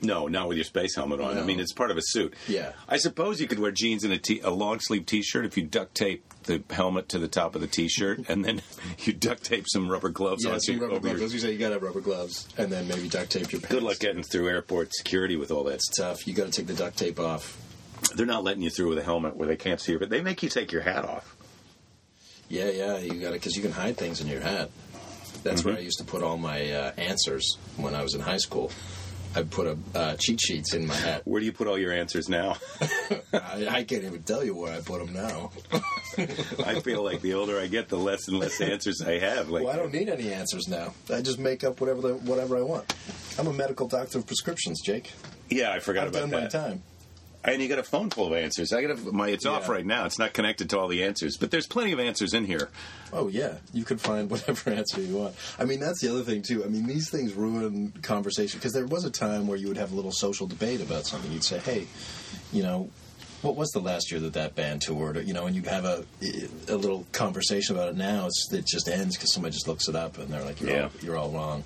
Speaker 1: No, not with your space helmet on. I
Speaker 2: No.
Speaker 1: mean, it's part of a suit.
Speaker 2: Yeah.
Speaker 1: I suppose you could wear jeans and a, t- a long sleeve t shirt if you duct tape the helmet to the top of the t shirt and then you duct tape some rubber gloves
Speaker 2: yeah,
Speaker 1: on
Speaker 2: some
Speaker 1: you.
Speaker 2: rubber
Speaker 1: over
Speaker 2: gloves.
Speaker 1: your-
Speaker 2: As you say, you gotta have rubber gloves, and then maybe duct tape your pants.
Speaker 1: Good luck getting through airport security with all that.
Speaker 2: It's tough. You gotta take the duct tape off.
Speaker 1: They're not letting you through with a helmet where they can't see you, but they make you take your hat off.
Speaker 2: Yeah, yeah, you gotta because you can hide things in your hat. That's
Speaker 1: Mm-hmm.
Speaker 2: where I used to put all my uh, answers when I was in high school. I put a uh, cheat sheets in my hat.
Speaker 1: Where do you put all your answers now?
Speaker 2: I, I can't even tell you where I put them now.
Speaker 1: I feel like the older I get, the less and less answers I have. Like,
Speaker 2: Well, I don't need any answers now. I just make up whatever the, whatever I want. I'm a medical doctor of prescriptions, Jake.
Speaker 1: yeah, I forgot
Speaker 2: I've
Speaker 1: about
Speaker 2: done
Speaker 1: that.
Speaker 2: my time.
Speaker 1: And you got a phone full of answers. I got a, my. It's off
Speaker 2: Yeah.
Speaker 1: right now. It's not connected to all the answers, but there's plenty of answers in here.
Speaker 2: Oh yeah, you can find whatever answer you want. I mean, that's the other thing too. I mean, these things ruin conversation because there was a time where you would have a little social debate about something. You'd say, "Hey, you know, what was the last year that that band toured?" Or, you know, and you'd have a a little conversation about it. Now it's, it just ends because somebody just looks it up and they're like, "You're
Speaker 1: Yeah.
Speaker 2: all, you're all wrong."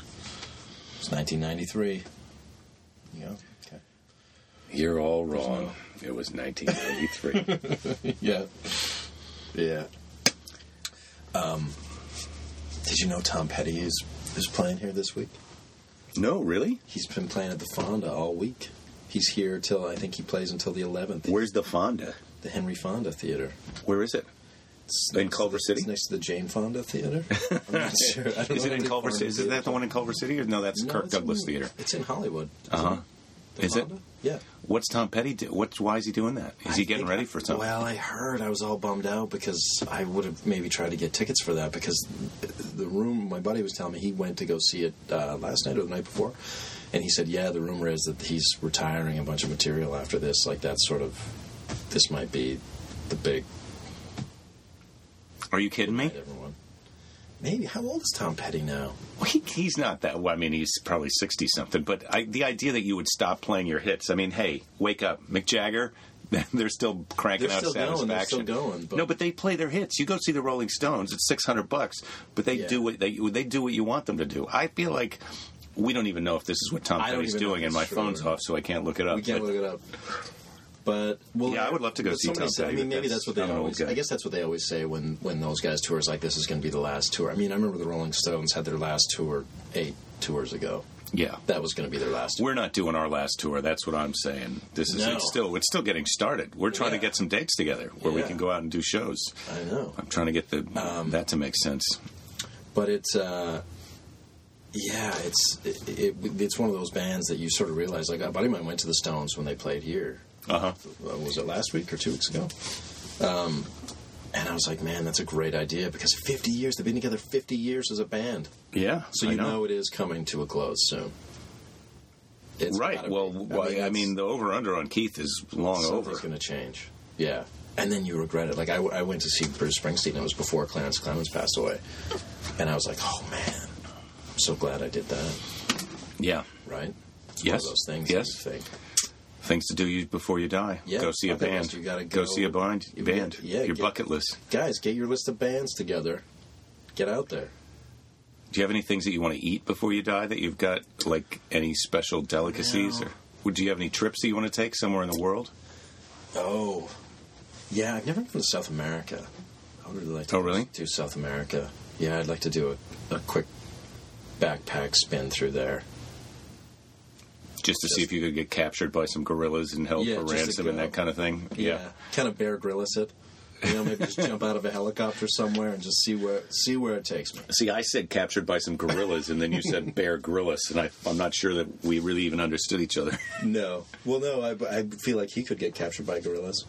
Speaker 2: It's 1993. You know. Okay.
Speaker 1: You're all wrong. It was 1993.
Speaker 2: Yeah. Yeah. Um, did you know Tom Petty is, is playing here this week?
Speaker 1: no, really?
Speaker 2: He's been playing at the Fonda all week. He's here till I think he plays until the 11th.
Speaker 1: Where's the Fonda?
Speaker 2: The Henry Fonda Theater.
Speaker 1: Where is it?
Speaker 2: It's
Speaker 1: In
Speaker 2: next-
Speaker 1: Culver City?
Speaker 2: It's next to the Jane Fonda Theater. I'm not sure. I
Speaker 1: Is
Speaker 2: don't know
Speaker 1: it
Speaker 2: what
Speaker 1: in
Speaker 2: the
Speaker 1: Culver
Speaker 2: Fonda
Speaker 1: City? Is that
Speaker 2: Theater-
Speaker 1: the one in Culver City, or no? That's
Speaker 2: No,
Speaker 1: Kirk
Speaker 2: it's in-
Speaker 1: Douglas Theater.
Speaker 2: It's in Hollywood.
Speaker 1: Uh huh.
Speaker 2: The
Speaker 1: Is it?
Speaker 2: Fonda? Yeah.
Speaker 1: What's Tom Petty? Do? What's why is he doing that? Is he
Speaker 2: I
Speaker 1: getting
Speaker 2: think-
Speaker 1: ready for something?
Speaker 2: Well, I heard I was all bummed out because I would have maybe tried to get tickets for that because the room my buddy was telling me he went to go see it uh, last night or the night before, And he said, yeah, the rumor is that he's retiring a bunch of material after this. Like that's sort of this might be the big
Speaker 1: Are you kidding me?
Speaker 2: night, everyone. Maybe how old is Tom Petty now?
Speaker 1: Well, he, he's not that. Well, I mean, he's probably sixty something. But I, the idea that you would stop playing your hits. I mean, hey, wake up, Mick Jagger. They're still cranking
Speaker 2: They're
Speaker 1: out
Speaker 2: still going, they're still
Speaker 1: satisfaction.
Speaker 2: going, but-
Speaker 1: No, but they play their hits. You go see the Rolling Stones. It's six hundred bucks, but they
Speaker 2: Yeah.
Speaker 1: do what they they do what you want them to do. I feel like we don't even know if this is what Tom
Speaker 2: I don't
Speaker 1: Petty's
Speaker 2: even know
Speaker 1: doing,
Speaker 2: if
Speaker 1: and my
Speaker 2: it's true
Speaker 1: phone's
Speaker 2: or not.
Speaker 1: off, so I can't look it up.
Speaker 2: We can't
Speaker 1: but-
Speaker 2: look it up. But well,
Speaker 1: Yeah, I would love to go
Speaker 2: but
Speaker 1: see
Speaker 2: somebody
Speaker 1: Tom
Speaker 2: said- I
Speaker 1: Petty,
Speaker 2: mean,
Speaker 1: but
Speaker 2: maybe
Speaker 1: that's-
Speaker 2: that's what they
Speaker 1: I'm an old
Speaker 2: always.
Speaker 1: guy.
Speaker 2: I guess that's what they always say when when those guys tours like this is going to be the last tour. I mean, I remember the Rolling Stones had their last tour eight tours ago.
Speaker 1: yeah.
Speaker 2: That was going to be their last. tour.
Speaker 1: We're not doing our last tour. That's what I'm saying. This is
Speaker 2: No.
Speaker 1: it's still it's still getting started. We're trying
Speaker 2: Yeah.
Speaker 1: to get some dates together where we
Speaker 2: Yeah.
Speaker 1: can go out and do shows.
Speaker 2: I know,
Speaker 1: I'm trying to get the
Speaker 2: Um,
Speaker 1: that to make sense.
Speaker 2: but it's. uh yeah, it's it, it, it's one of those bands that you sort of realize. Like a buddy of mine went to the Stones when they played here.
Speaker 1: Uh huh.
Speaker 2: uh, was it last week or two weeks ago? Um, and I was like, man, that's a great idea because 50 years, they've been together 50 years as a band.
Speaker 1: Yeah.
Speaker 2: So
Speaker 1: I
Speaker 2: you know. it is coming to a close soon. It's
Speaker 1: right?
Speaker 2: gotta
Speaker 1: Well,
Speaker 2: be.
Speaker 1: why- I mean, the over under on Keith is long over.
Speaker 2: something's going to change. Yeah. And then you regret it. Like, I, I went to see Bruce Springsteen, and it was before Clarence Clemens passed away. And I was like, oh, man, I'm so glad I did that,
Speaker 1: Yeah.
Speaker 2: right? It's
Speaker 1: Yes.
Speaker 2: One of those things
Speaker 1: Yes.
Speaker 2: that you think.
Speaker 1: Things to do you before you die.
Speaker 2: Yeah,
Speaker 1: Go see a
Speaker 2: bucket
Speaker 1: band.
Speaker 2: list. You gotta
Speaker 1: go,
Speaker 2: go-
Speaker 1: see a band.
Speaker 2: you
Speaker 1: band.
Speaker 2: get- yeah,
Speaker 1: Your
Speaker 2: get-
Speaker 1: bucket list.
Speaker 2: Guys, get your list of bands together. Get out there.
Speaker 1: Do you have any things that you want to eat before you die? That you've got like any special delicacies
Speaker 2: No.
Speaker 1: or? Would you have any trips that you want to take somewhere in the world?
Speaker 2: Oh, yeah. I've never gone to South America. I would really like to
Speaker 1: Oh, really?
Speaker 2: do South America. Yeah, I'd like to do a, a quick backpack spin through there.
Speaker 1: Just to see if you could get captured by some gorillas and held
Speaker 2: Yeah,
Speaker 1: for
Speaker 2: just to
Speaker 1: ransom and
Speaker 2: go.
Speaker 1: that kind of thing.
Speaker 2: kind of bear grills it. You know, maybe just jump out of a helicopter somewhere and just see where see where it takes me.
Speaker 1: See, I said captured by some gorillas, and then you said bear gorillas, and I, I'm not sure that we really even understood each other.
Speaker 2: No, well, no. I, I feel like he could get captured by gorillas,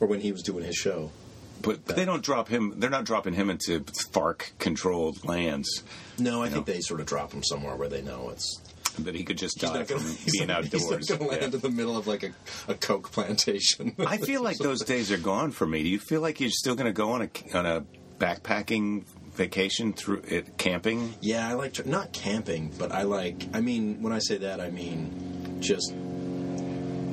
Speaker 2: or when he was doing his show.
Speaker 1: But, but they don't drop him. They're not dropping him into FARC-controlled lands
Speaker 2: No, I think they sort of drop him somewhere where they know it's
Speaker 1: that he could just
Speaker 2: he's
Speaker 1: die
Speaker 2: not going
Speaker 1: from
Speaker 2: to
Speaker 1: being outdoors.
Speaker 2: He's not going to
Speaker 1: Yeah.
Speaker 2: land in the middle of like a, a coke plantation.
Speaker 1: I feel like those days are gone for me. Do you feel like you're still going to go on a on a backpacking vacation through it camping?
Speaker 2: Yeah, I like tr- not camping, but I like. I mean, when I say that, I mean just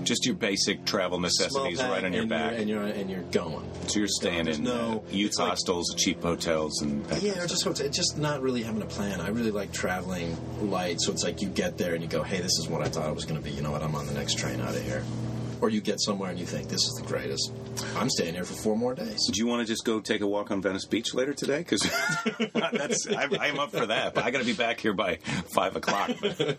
Speaker 1: Just your basic travel necessities
Speaker 2: small pack
Speaker 1: right on your
Speaker 2: and
Speaker 1: back.
Speaker 2: you're, and you're and you're going.
Speaker 1: so you're staying
Speaker 2: There's
Speaker 1: in
Speaker 2: no-
Speaker 1: uh, youth
Speaker 2: it's like-
Speaker 1: hostels, cheap hotels, and that
Speaker 2: Yeah,
Speaker 1: kind
Speaker 2: or
Speaker 1: of
Speaker 2: just
Speaker 1: stuff.
Speaker 2: hotel, just not really having a plan. I really like traveling light, so it's like you get there and you go, "Hey, this is what I thought it was going to be." You know what? I'm on the next train out of here. Or you get somewhere and you think, "This is the greatest." I'm staying here for four more days.
Speaker 1: Do you want to just go take a walk on Venice Beach later today? Because that's I, I'm up for that. But I got to be back here by five o'clock. But,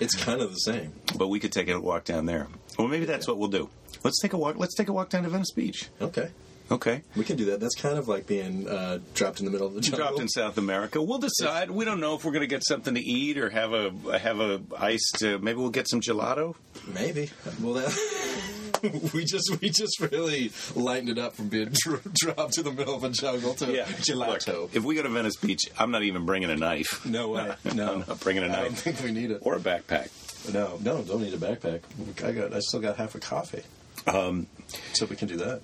Speaker 2: It's kind of the same.
Speaker 1: but we could take a walk down there. Well, maybe that's what we'll do. Let's take a walk. Let's take a walk down to Venice Beach.
Speaker 2: Okay,
Speaker 1: Okay.
Speaker 2: we can do that. That's kind of like being uh, dropped in the middle of the jungle.
Speaker 1: Dropped in South America. We'll decide. We don't know if we're going to get something to eat or have a have a iced. Uh, maybe we'll get some gelato.
Speaker 2: Maybe. Well, that we just we just really lightened it up from being dro- dropped to the middle of a jungle to gelato.
Speaker 1: Look, if we go to Venice Beach, I'm not even bringing a knife.
Speaker 2: no way. No,
Speaker 1: I'm not bringing a
Speaker 2: I don't
Speaker 1: knife
Speaker 2: think we need it.
Speaker 1: or a backpack.
Speaker 2: no, no, don't need a backpack. I got. I still got half a coffee,
Speaker 1: Um,
Speaker 2: so we can do that.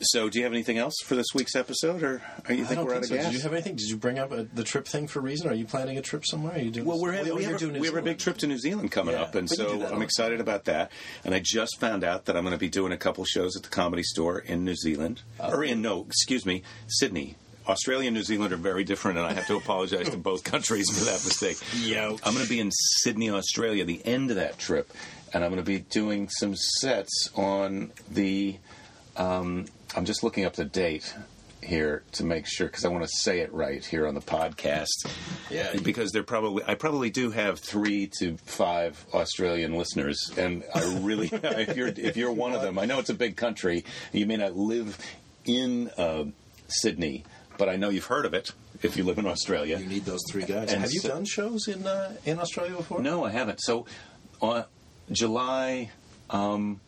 Speaker 1: so, do you have anything else for this week's episode, or are you
Speaker 2: I
Speaker 1: think
Speaker 2: don't
Speaker 1: we're out of
Speaker 2: think so.
Speaker 1: gas?
Speaker 2: Did you have anything? Did you bring up a, the trip thing for a reason? Are you planning a trip somewhere? Are you doing?
Speaker 1: Well, we're having,
Speaker 2: oh,
Speaker 1: we,
Speaker 2: you're
Speaker 1: have a,
Speaker 2: doing New
Speaker 1: we have a big
Speaker 2: Zealand.
Speaker 1: trip to New Zealand coming
Speaker 2: Yeah,
Speaker 1: up, and
Speaker 2: we can do
Speaker 1: so
Speaker 2: that
Speaker 1: I'm
Speaker 2: on-
Speaker 1: excited about that. And I just found out that I'm going to be doing a couple shows at the Comedy Store in New Zealand,
Speaker 2: Oh.
Speaker 1: or in no, excuse me, Sydney. Australia and New Zealand are very different, and I have to apologize to both countries for that mistake.
Speaker 2: Yo.
Speaker 1: I'm going to be in Sydney, Australia, the end of that trip, and I'm going to be doing some sets on the. Um, I'm just looking up the date here to make sure because I want to say it right here on the podcast.
Speaker 2: Yeah.
Speaker 1: because they're probably I probably do have three to five Australian listeners, and I really if you're if you're one of them, I know it's a big country. You may not live in uh, Sydney, but I know you've heard of it if you live in Australia.
Speaker 2: You need those three guys.
Speaker 1: And
Speaker 2: have you
Speaker 1: so-
Speaker 2: done shows in uh, in Australia before?
Speaker 1: No, I haven't. So on July um,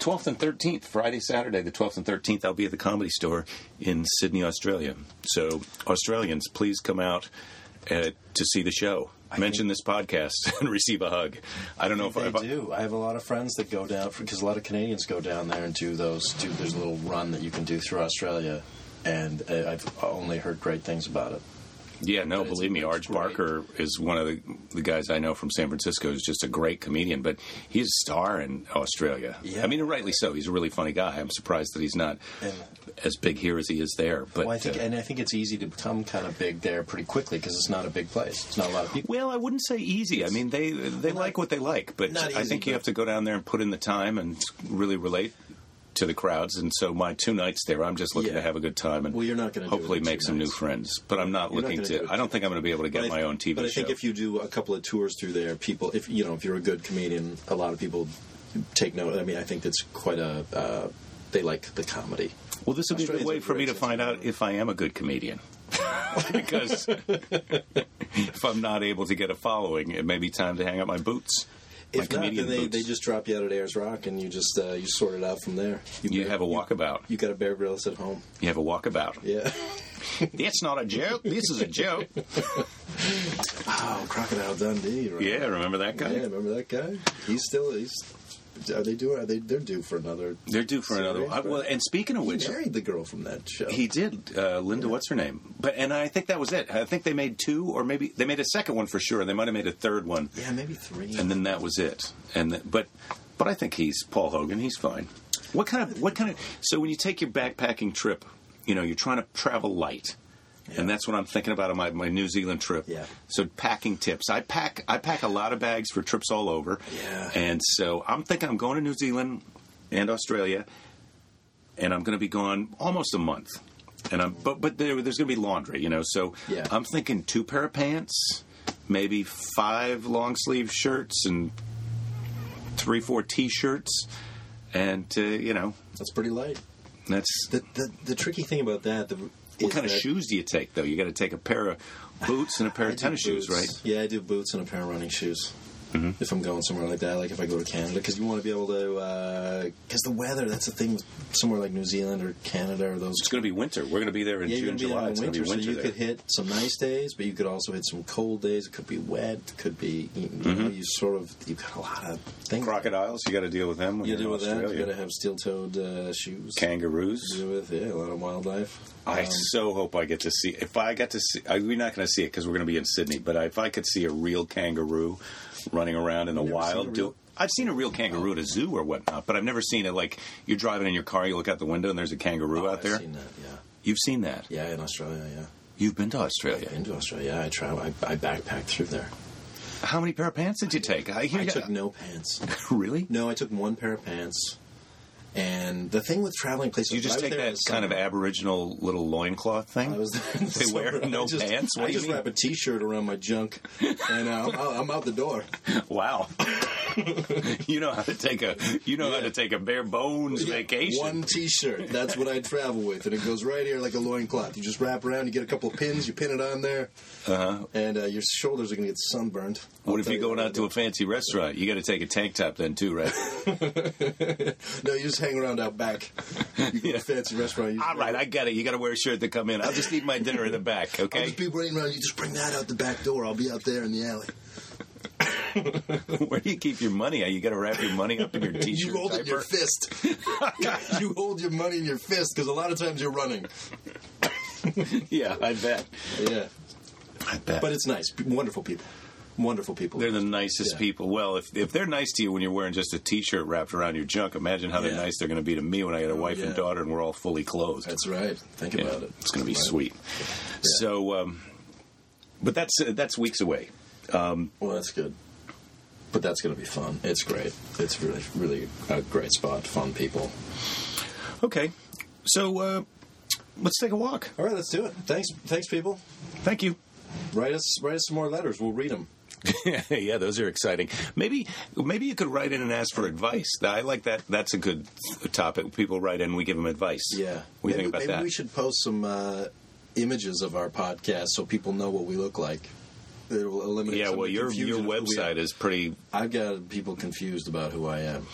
Speaker 1: 12th and 13th, Friday, Saturday, the 12th and 13th, I'll be at the Comedy Store in Sydney, Australia. So Australians, please come out uh, to see the show. mention this podcast and receive a hug. I don't know if I,
Speaker 2: They
Speaker 1: if I-
Speaker 2: do. I have a lot of friends that go down because a lot of Canadians go down there and do those. Do there's a little run that you can do through Australia, and uh, I've only heard great things about it.
Speaker 1: Yeah, no,
Speaker 2: But it's-
Speaker 1: believe me,
Speaker 2: it's
Speaker 1: Arch
Speaker 2: great.
Speaker 1: Barker is one of the, the guys I know from San Francisco. is just a great comedian, but he's a star in Australia.
Speaker 2: Yeah.
Speaker 1: I mean, rightly so. He's a really funny guy. I'm surprised that he's not
Speaker 2: And-
Speaker 1: as big here as he is there. But
Speaker 2: Well, I think,
Speaker 1: uh,
Speaker 2: and I think it's easy to become kind of big there pretty quickly because it's not a big place. It's not a lot of people.
Speaker 1: well, I wouldn't say easy. I mean, they they like what they like, but
Speaker 2: not
Speaker 1: I
Speaker 2: easy,
Speaker 1: think you
Speaker 2: but-
Speaker 1: have to go down there and put in the time and really relate to the crowds. And so, my two nights there, I'm just looking
Speaker 2: Yeah.
Speaker 1: to have a good time and
Speaker 2: Well, you're not gonna do it
Speaker 1: hopefully
Speaker 2: in
Speaker 1: make
Speaker 2: two
Speaker 1: some new
Speaker 2: nights.
Speaker 1: friends. But I'm not
Speaker 2: You're not
Speaker 1: looking
Speaker 2: gonna do
Speaker 1: to.
Speaker 2: it
Speaker 1: I don't
Speaker 2: in two
Speaker 1: think I'm going to be able to get
Speaker 2: But I
Speaker 1: my
Speaker 2: th-
Speaker 1: own TV
Speaker 2: But I
Speaker 1: show.
Speaker 2: think if you do a couple of tours through there, people, if you know, if you're a good comedian, a lot of people take note. I mean, I think that's quite a. Uh, they like the comedy.
Speaker 1: Well, this would be a good
Speaker 2: Australians
Speaker 1: way
Speaker 2: are
Speaker 1: for me
Speaker 2: great
Speaker 1: to
Speaker 2: sense
Speaker 1: find
Speaker 2: of
Speaker 1: out
Speaker 2: humor.
Speaker 1: if I am a good comedian. because if I'm not able to get a following, it may be time to hang up my boots. My
Speaker 2: if not, then
Speaker 1: comedian
Speaker 2: they,
Speaker 1: boots.
Speaker 2: they just drop you out at Ayers Rock, and you just uh, you sort it out from there.
Speaker 1: you have a walkabout.
Speaker 2: You got a Bear Grylls at home.
Speaker 1: You have a walkabout.
Speaker 2: Yeah.
Speaker 1: That's not a joke. This is a joke.
Speaker 2: Oh, Crocodile Dundee. Right?
Speaker 1: Yeah, remember that guy?
Speaker 2: Yeah, remember that guy? He's still he's. Are they doing? Are they? They're due for another.
Speaker 1: They're due for another one. I- Well, and speaking of
Speaker 2: He
Speaker 1: which,
Speaker 2: married the girl from that show.
Speaker 1: he did. Uh, Linda, what's her name? But and I think that was it. I think they made two, or maybe they made a second one for sure. They might have made a third one,
Speaker 2: yeah, maybe three.
Speaker 1: and then that was it. And th- but but I think he's Paul Hogan. He's fine. What kind of what kind of so when you take your backpacking trip, you know you're trying to travel light, and that's what I'm thinking about on my, my New Zealand trip.
Speaker 2: Yeah.
Speaker 1: So packing tips. I pack I pack a lot of bags for trips all over.
Speaker 2: Yeah.
Speaker 1: And so I'm thinking I'm going to New Zealand and Australia, and I'm going to be gone almost a month. And I'm but but there, there's going to be laundry, you know. So
Speaker 2: Yeah.
Speaker 1: I'm thinking two pair of pants, maybe five long sleeve shirts and three four t-shirts, and uh, you know
Speaker 2: That's pretty light.
Speaker 1: that's
Speaker 2: The, the the tricky thing about that. The,
Speaker 1: what kind of shoes do you take though? You got to take a pair of boots and a pair of tennis shoes, right? Mm-hmm.
Speaker 2: Yeah, I do boots and a pair of running shoes. If I'm going somewhere like that, like if I go to Canada, because you want to be able to, because the weather, that's the thing. Somewhere like New Zealand or Canada or those
Speaker 1: It's going to be winter. We're going to be there in
Speaker 2: Yeah, you're
Speaker 1: June,
Speaker 2: gonna be
Speaker 1: July.
Speaker 2: out in
Speaker 1: It's going to
Speaker 2: winter,
Speaker 1: be winter
Speaker 2: so you
Speaker 1: there.
Speaker 2: could hit some nice days, but you could also hit some cold days. It could be wet. It could be you know,
Speaker 1: Mm-hmm.
Speaker 2: you sort of you've got a lot of things.
Speaker 1: Crocodiles, you got to deal with them. When
Speaker 2: You
Speaker 1: you're
Speaker 2: do
Speaker 1: in
Speaker 2: with that. You
Speaker 1: Australia.
Speaker 2: gotta have steel-toed uh, shoes.
Speaker 1: Kangaroos.
Speaker 2: You do with yeah, a lot of wildlife.
Speaker 1: I
Speaker 2: Um,
Speaker 1: so hope I get to see. If I got to see, I, we're not going to see it because we're going to be in Sydney. But I, if I could see a real kangaroo running around in the
Speaker 2: You've never seen
Speaker 1: wild,
Speaker 2: a
Speaker 1: do,
Speaker 2: real-
Speaker 1: I've seen a real kangaroo at a zoo or whatnot, but I've never seen it. Like you're driving in your car, you look out the window, and there's a kangaroo out
Speaker 2: Um, Oh, I've
Speaker 1: there.
Speaker 2: seen that, yeah.
Speaker 1: You've seen that.
Speaker 2: Yeah, in Australia, yeah.
Speaker 1: You've been to Australia.
Speaker 2: Into Australia, yeah, I travel. I, I backpacked through there.
Speaker 1: How many pair of pants did you take? I, hear
Speaker 2: I
Speaker 1: you-
Speaker 2: took no pants.
Speaker 1: really.
Speaker 2: No, I took one pair of pants. And the thing with traveling places,
Speaker 1: You just
Speaker 2: I was
Speaker 1: take
Speaker 2: there in
Speaker 1: that
Speaker 2: the
Speaker 1: kind of
Speaker 2: summer.
Speaker 1: Aboriginal little loincloth thing.
Speaker 2: I was there. in the
Speaker 1: They wear
Speaker 2: summer.
Speaker 1: no
Speaker 2: I just,
Speaker 1: pants? What
Speaker 2: I
Speaker 1: do you
Speaker 2: just
Speaker 1: mean?
Speaker 2: wrap a T-shirt around my junk, and uh, I'm, out, I'm out the door.
Speaker 1: Wow. you know how to take a you know how to take a bare bones vacation.
Speaker 2: One T-shirt. That's what I travel with, and it goes right here like a loincloth. You just wrap around. You get a couple of pins. You pin it on there, uh-huh. and uh, your shoulders are gonna get sunburned.
Speaker 1: What if you're going out to a fancy restaurant? You got to take a tank top then too, right?
Speaker 2: No, you just hang around out back. You go to
Speaker 1: Yeah.
Speaker 2: a fancy restaurant. You
Speaker 1: All right, I got it. You got to wear a shirt to come in. I'll just eat my dinner in the back,
Speaker 2: I'll
Speaker 1: okay?
Speaker 2: just be waiting around. You just bring that out the back door. I'll be out there in the alley.
Speaker 1: Where do you keep your money? You got to wrap your money up in your
Speaker 2: You
Speaker 1: t-shirt
Speaker 2: hold it in your
Speaker 1: diaper.
Speaker 2: fist. you hold your money in your fist because a lot of times you're running.
Speaker 1: yeah, I bet.
Speaker 2: Yeah,
Speaker 1: I bet.
Speaker 2: but it's nice. Wonderful people. Wonderful people.
Speaker 1: they're the nicest
Speaker 2: Yeah.
Speaker 1: people. Well, if if they're nice to you when you're wearing just a t-shirt wrapped around your junk, imagine how they're
Speaker 2: Yeah.
Speaker 1: nice they're going to be to me when I got a wife and
Speaker 2: yeah.
Speaker 1: daughter and we're all fully clothed.
Speaker 2: That's right. Think
Speaker 1: Yeah,
Speaker 2: about it.
Speaker 1: It's going to be
Speaker 2: Right.
Speaker 1: sweet. So, um, but that's uh, that's weeks away.
Speaker 2: Well, that's good. But that's going to be fun. It's great. It's really, really a great spot. Fun people.
Speaker 1: Okay, so uh, let's take a walk.
Speaker 2: All right, let's do it. Thanks, thanks, people.
Speaker 1: Thank you.
Speaker 2: Write us, write us some more letters. We'll read them.
Speaker 1: yeah, those are exciting. Maybe maybe you could write in and ask for advice. I like that. That's a good topic. People write in, we give them advice.
Speaker 2: Yeah.
Speaker 1: we
Speaker 2: maybe,
Speaker 1: think about
Speaker 2: maybe
Speaker 1: that.
Speaker 2: we should post some uh, images of our podcast so people know what we look like. It will eliminate.
Speaker 1: yeah,
Speaker 2: some of
Speaker 1: well,
Speaker 2: the
Speaker 1: your your
Speaker 2: confusion of who we are.
Speaker 1: website is pretty
Speaker 2: I've got people confused about who I am,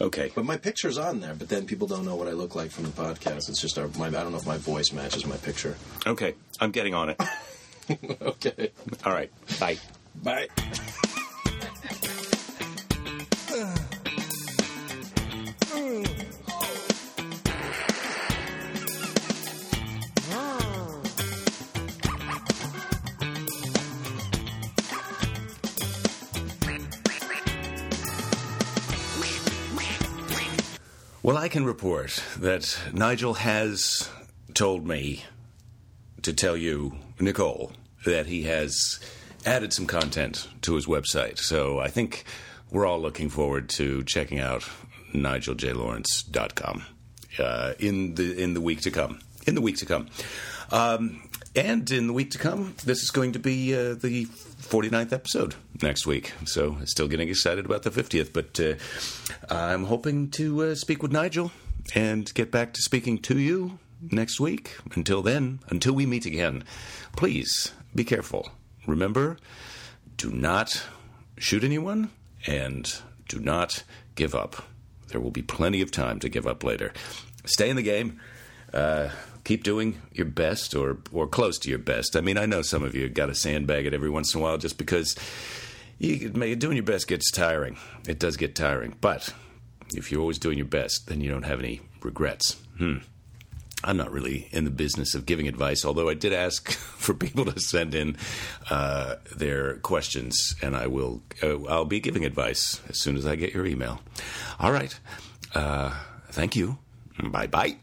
Speaker 1: okay.
Speaker 2: but my picture's on there. But then people don't know what I look like from the podcast. It's just our. My, I don't know if my voice matches my picture.
Speaker 1: Okay, I'm getting on it.
Speaker 2: okay.
Speaker 1: All right, bye.
Speaker 2: Bye.
Speaker 1: Well, I can report that Nigel has told me to tell you, Nicole, that he has added some content to his website. So I think we're all looking forward to checking out nigeljlawrence.com uh, in the in the week to come. In the week to come. Um, and in the week to come, this is going to be uh, the 49th episode next week. So still getting excited about the 50th, but uh, I'm hoping to uh, speak with Nigel and get back to speaking to you next week. Until then, until we meet again, please be careful. Remember, do not shoot anyone and do not give up. There will be plenty of time to give up later. Stay in the game. Uh, keep doing your best or or close to your best. I mean, I know some of you got to sandbag it every once in a while just because you doing your best gets tiring. It does get tiring, but if you're always doing your best, then you don't have any regrets. Hmm. I'm not really in the business of giving advice, although I did ask for people to send in uh, their questions, and I will. Uh, I'll be giving advice as soon as I get your email. All right. Uh, thank you. Bye bye.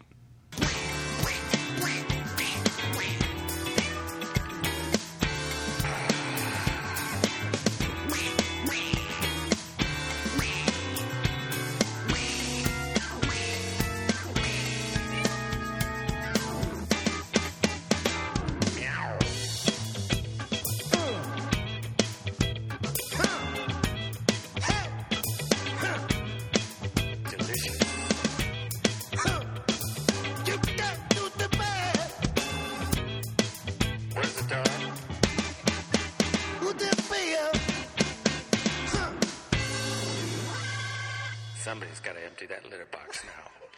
Speaker 5: Somebody's got to empty that litter box now.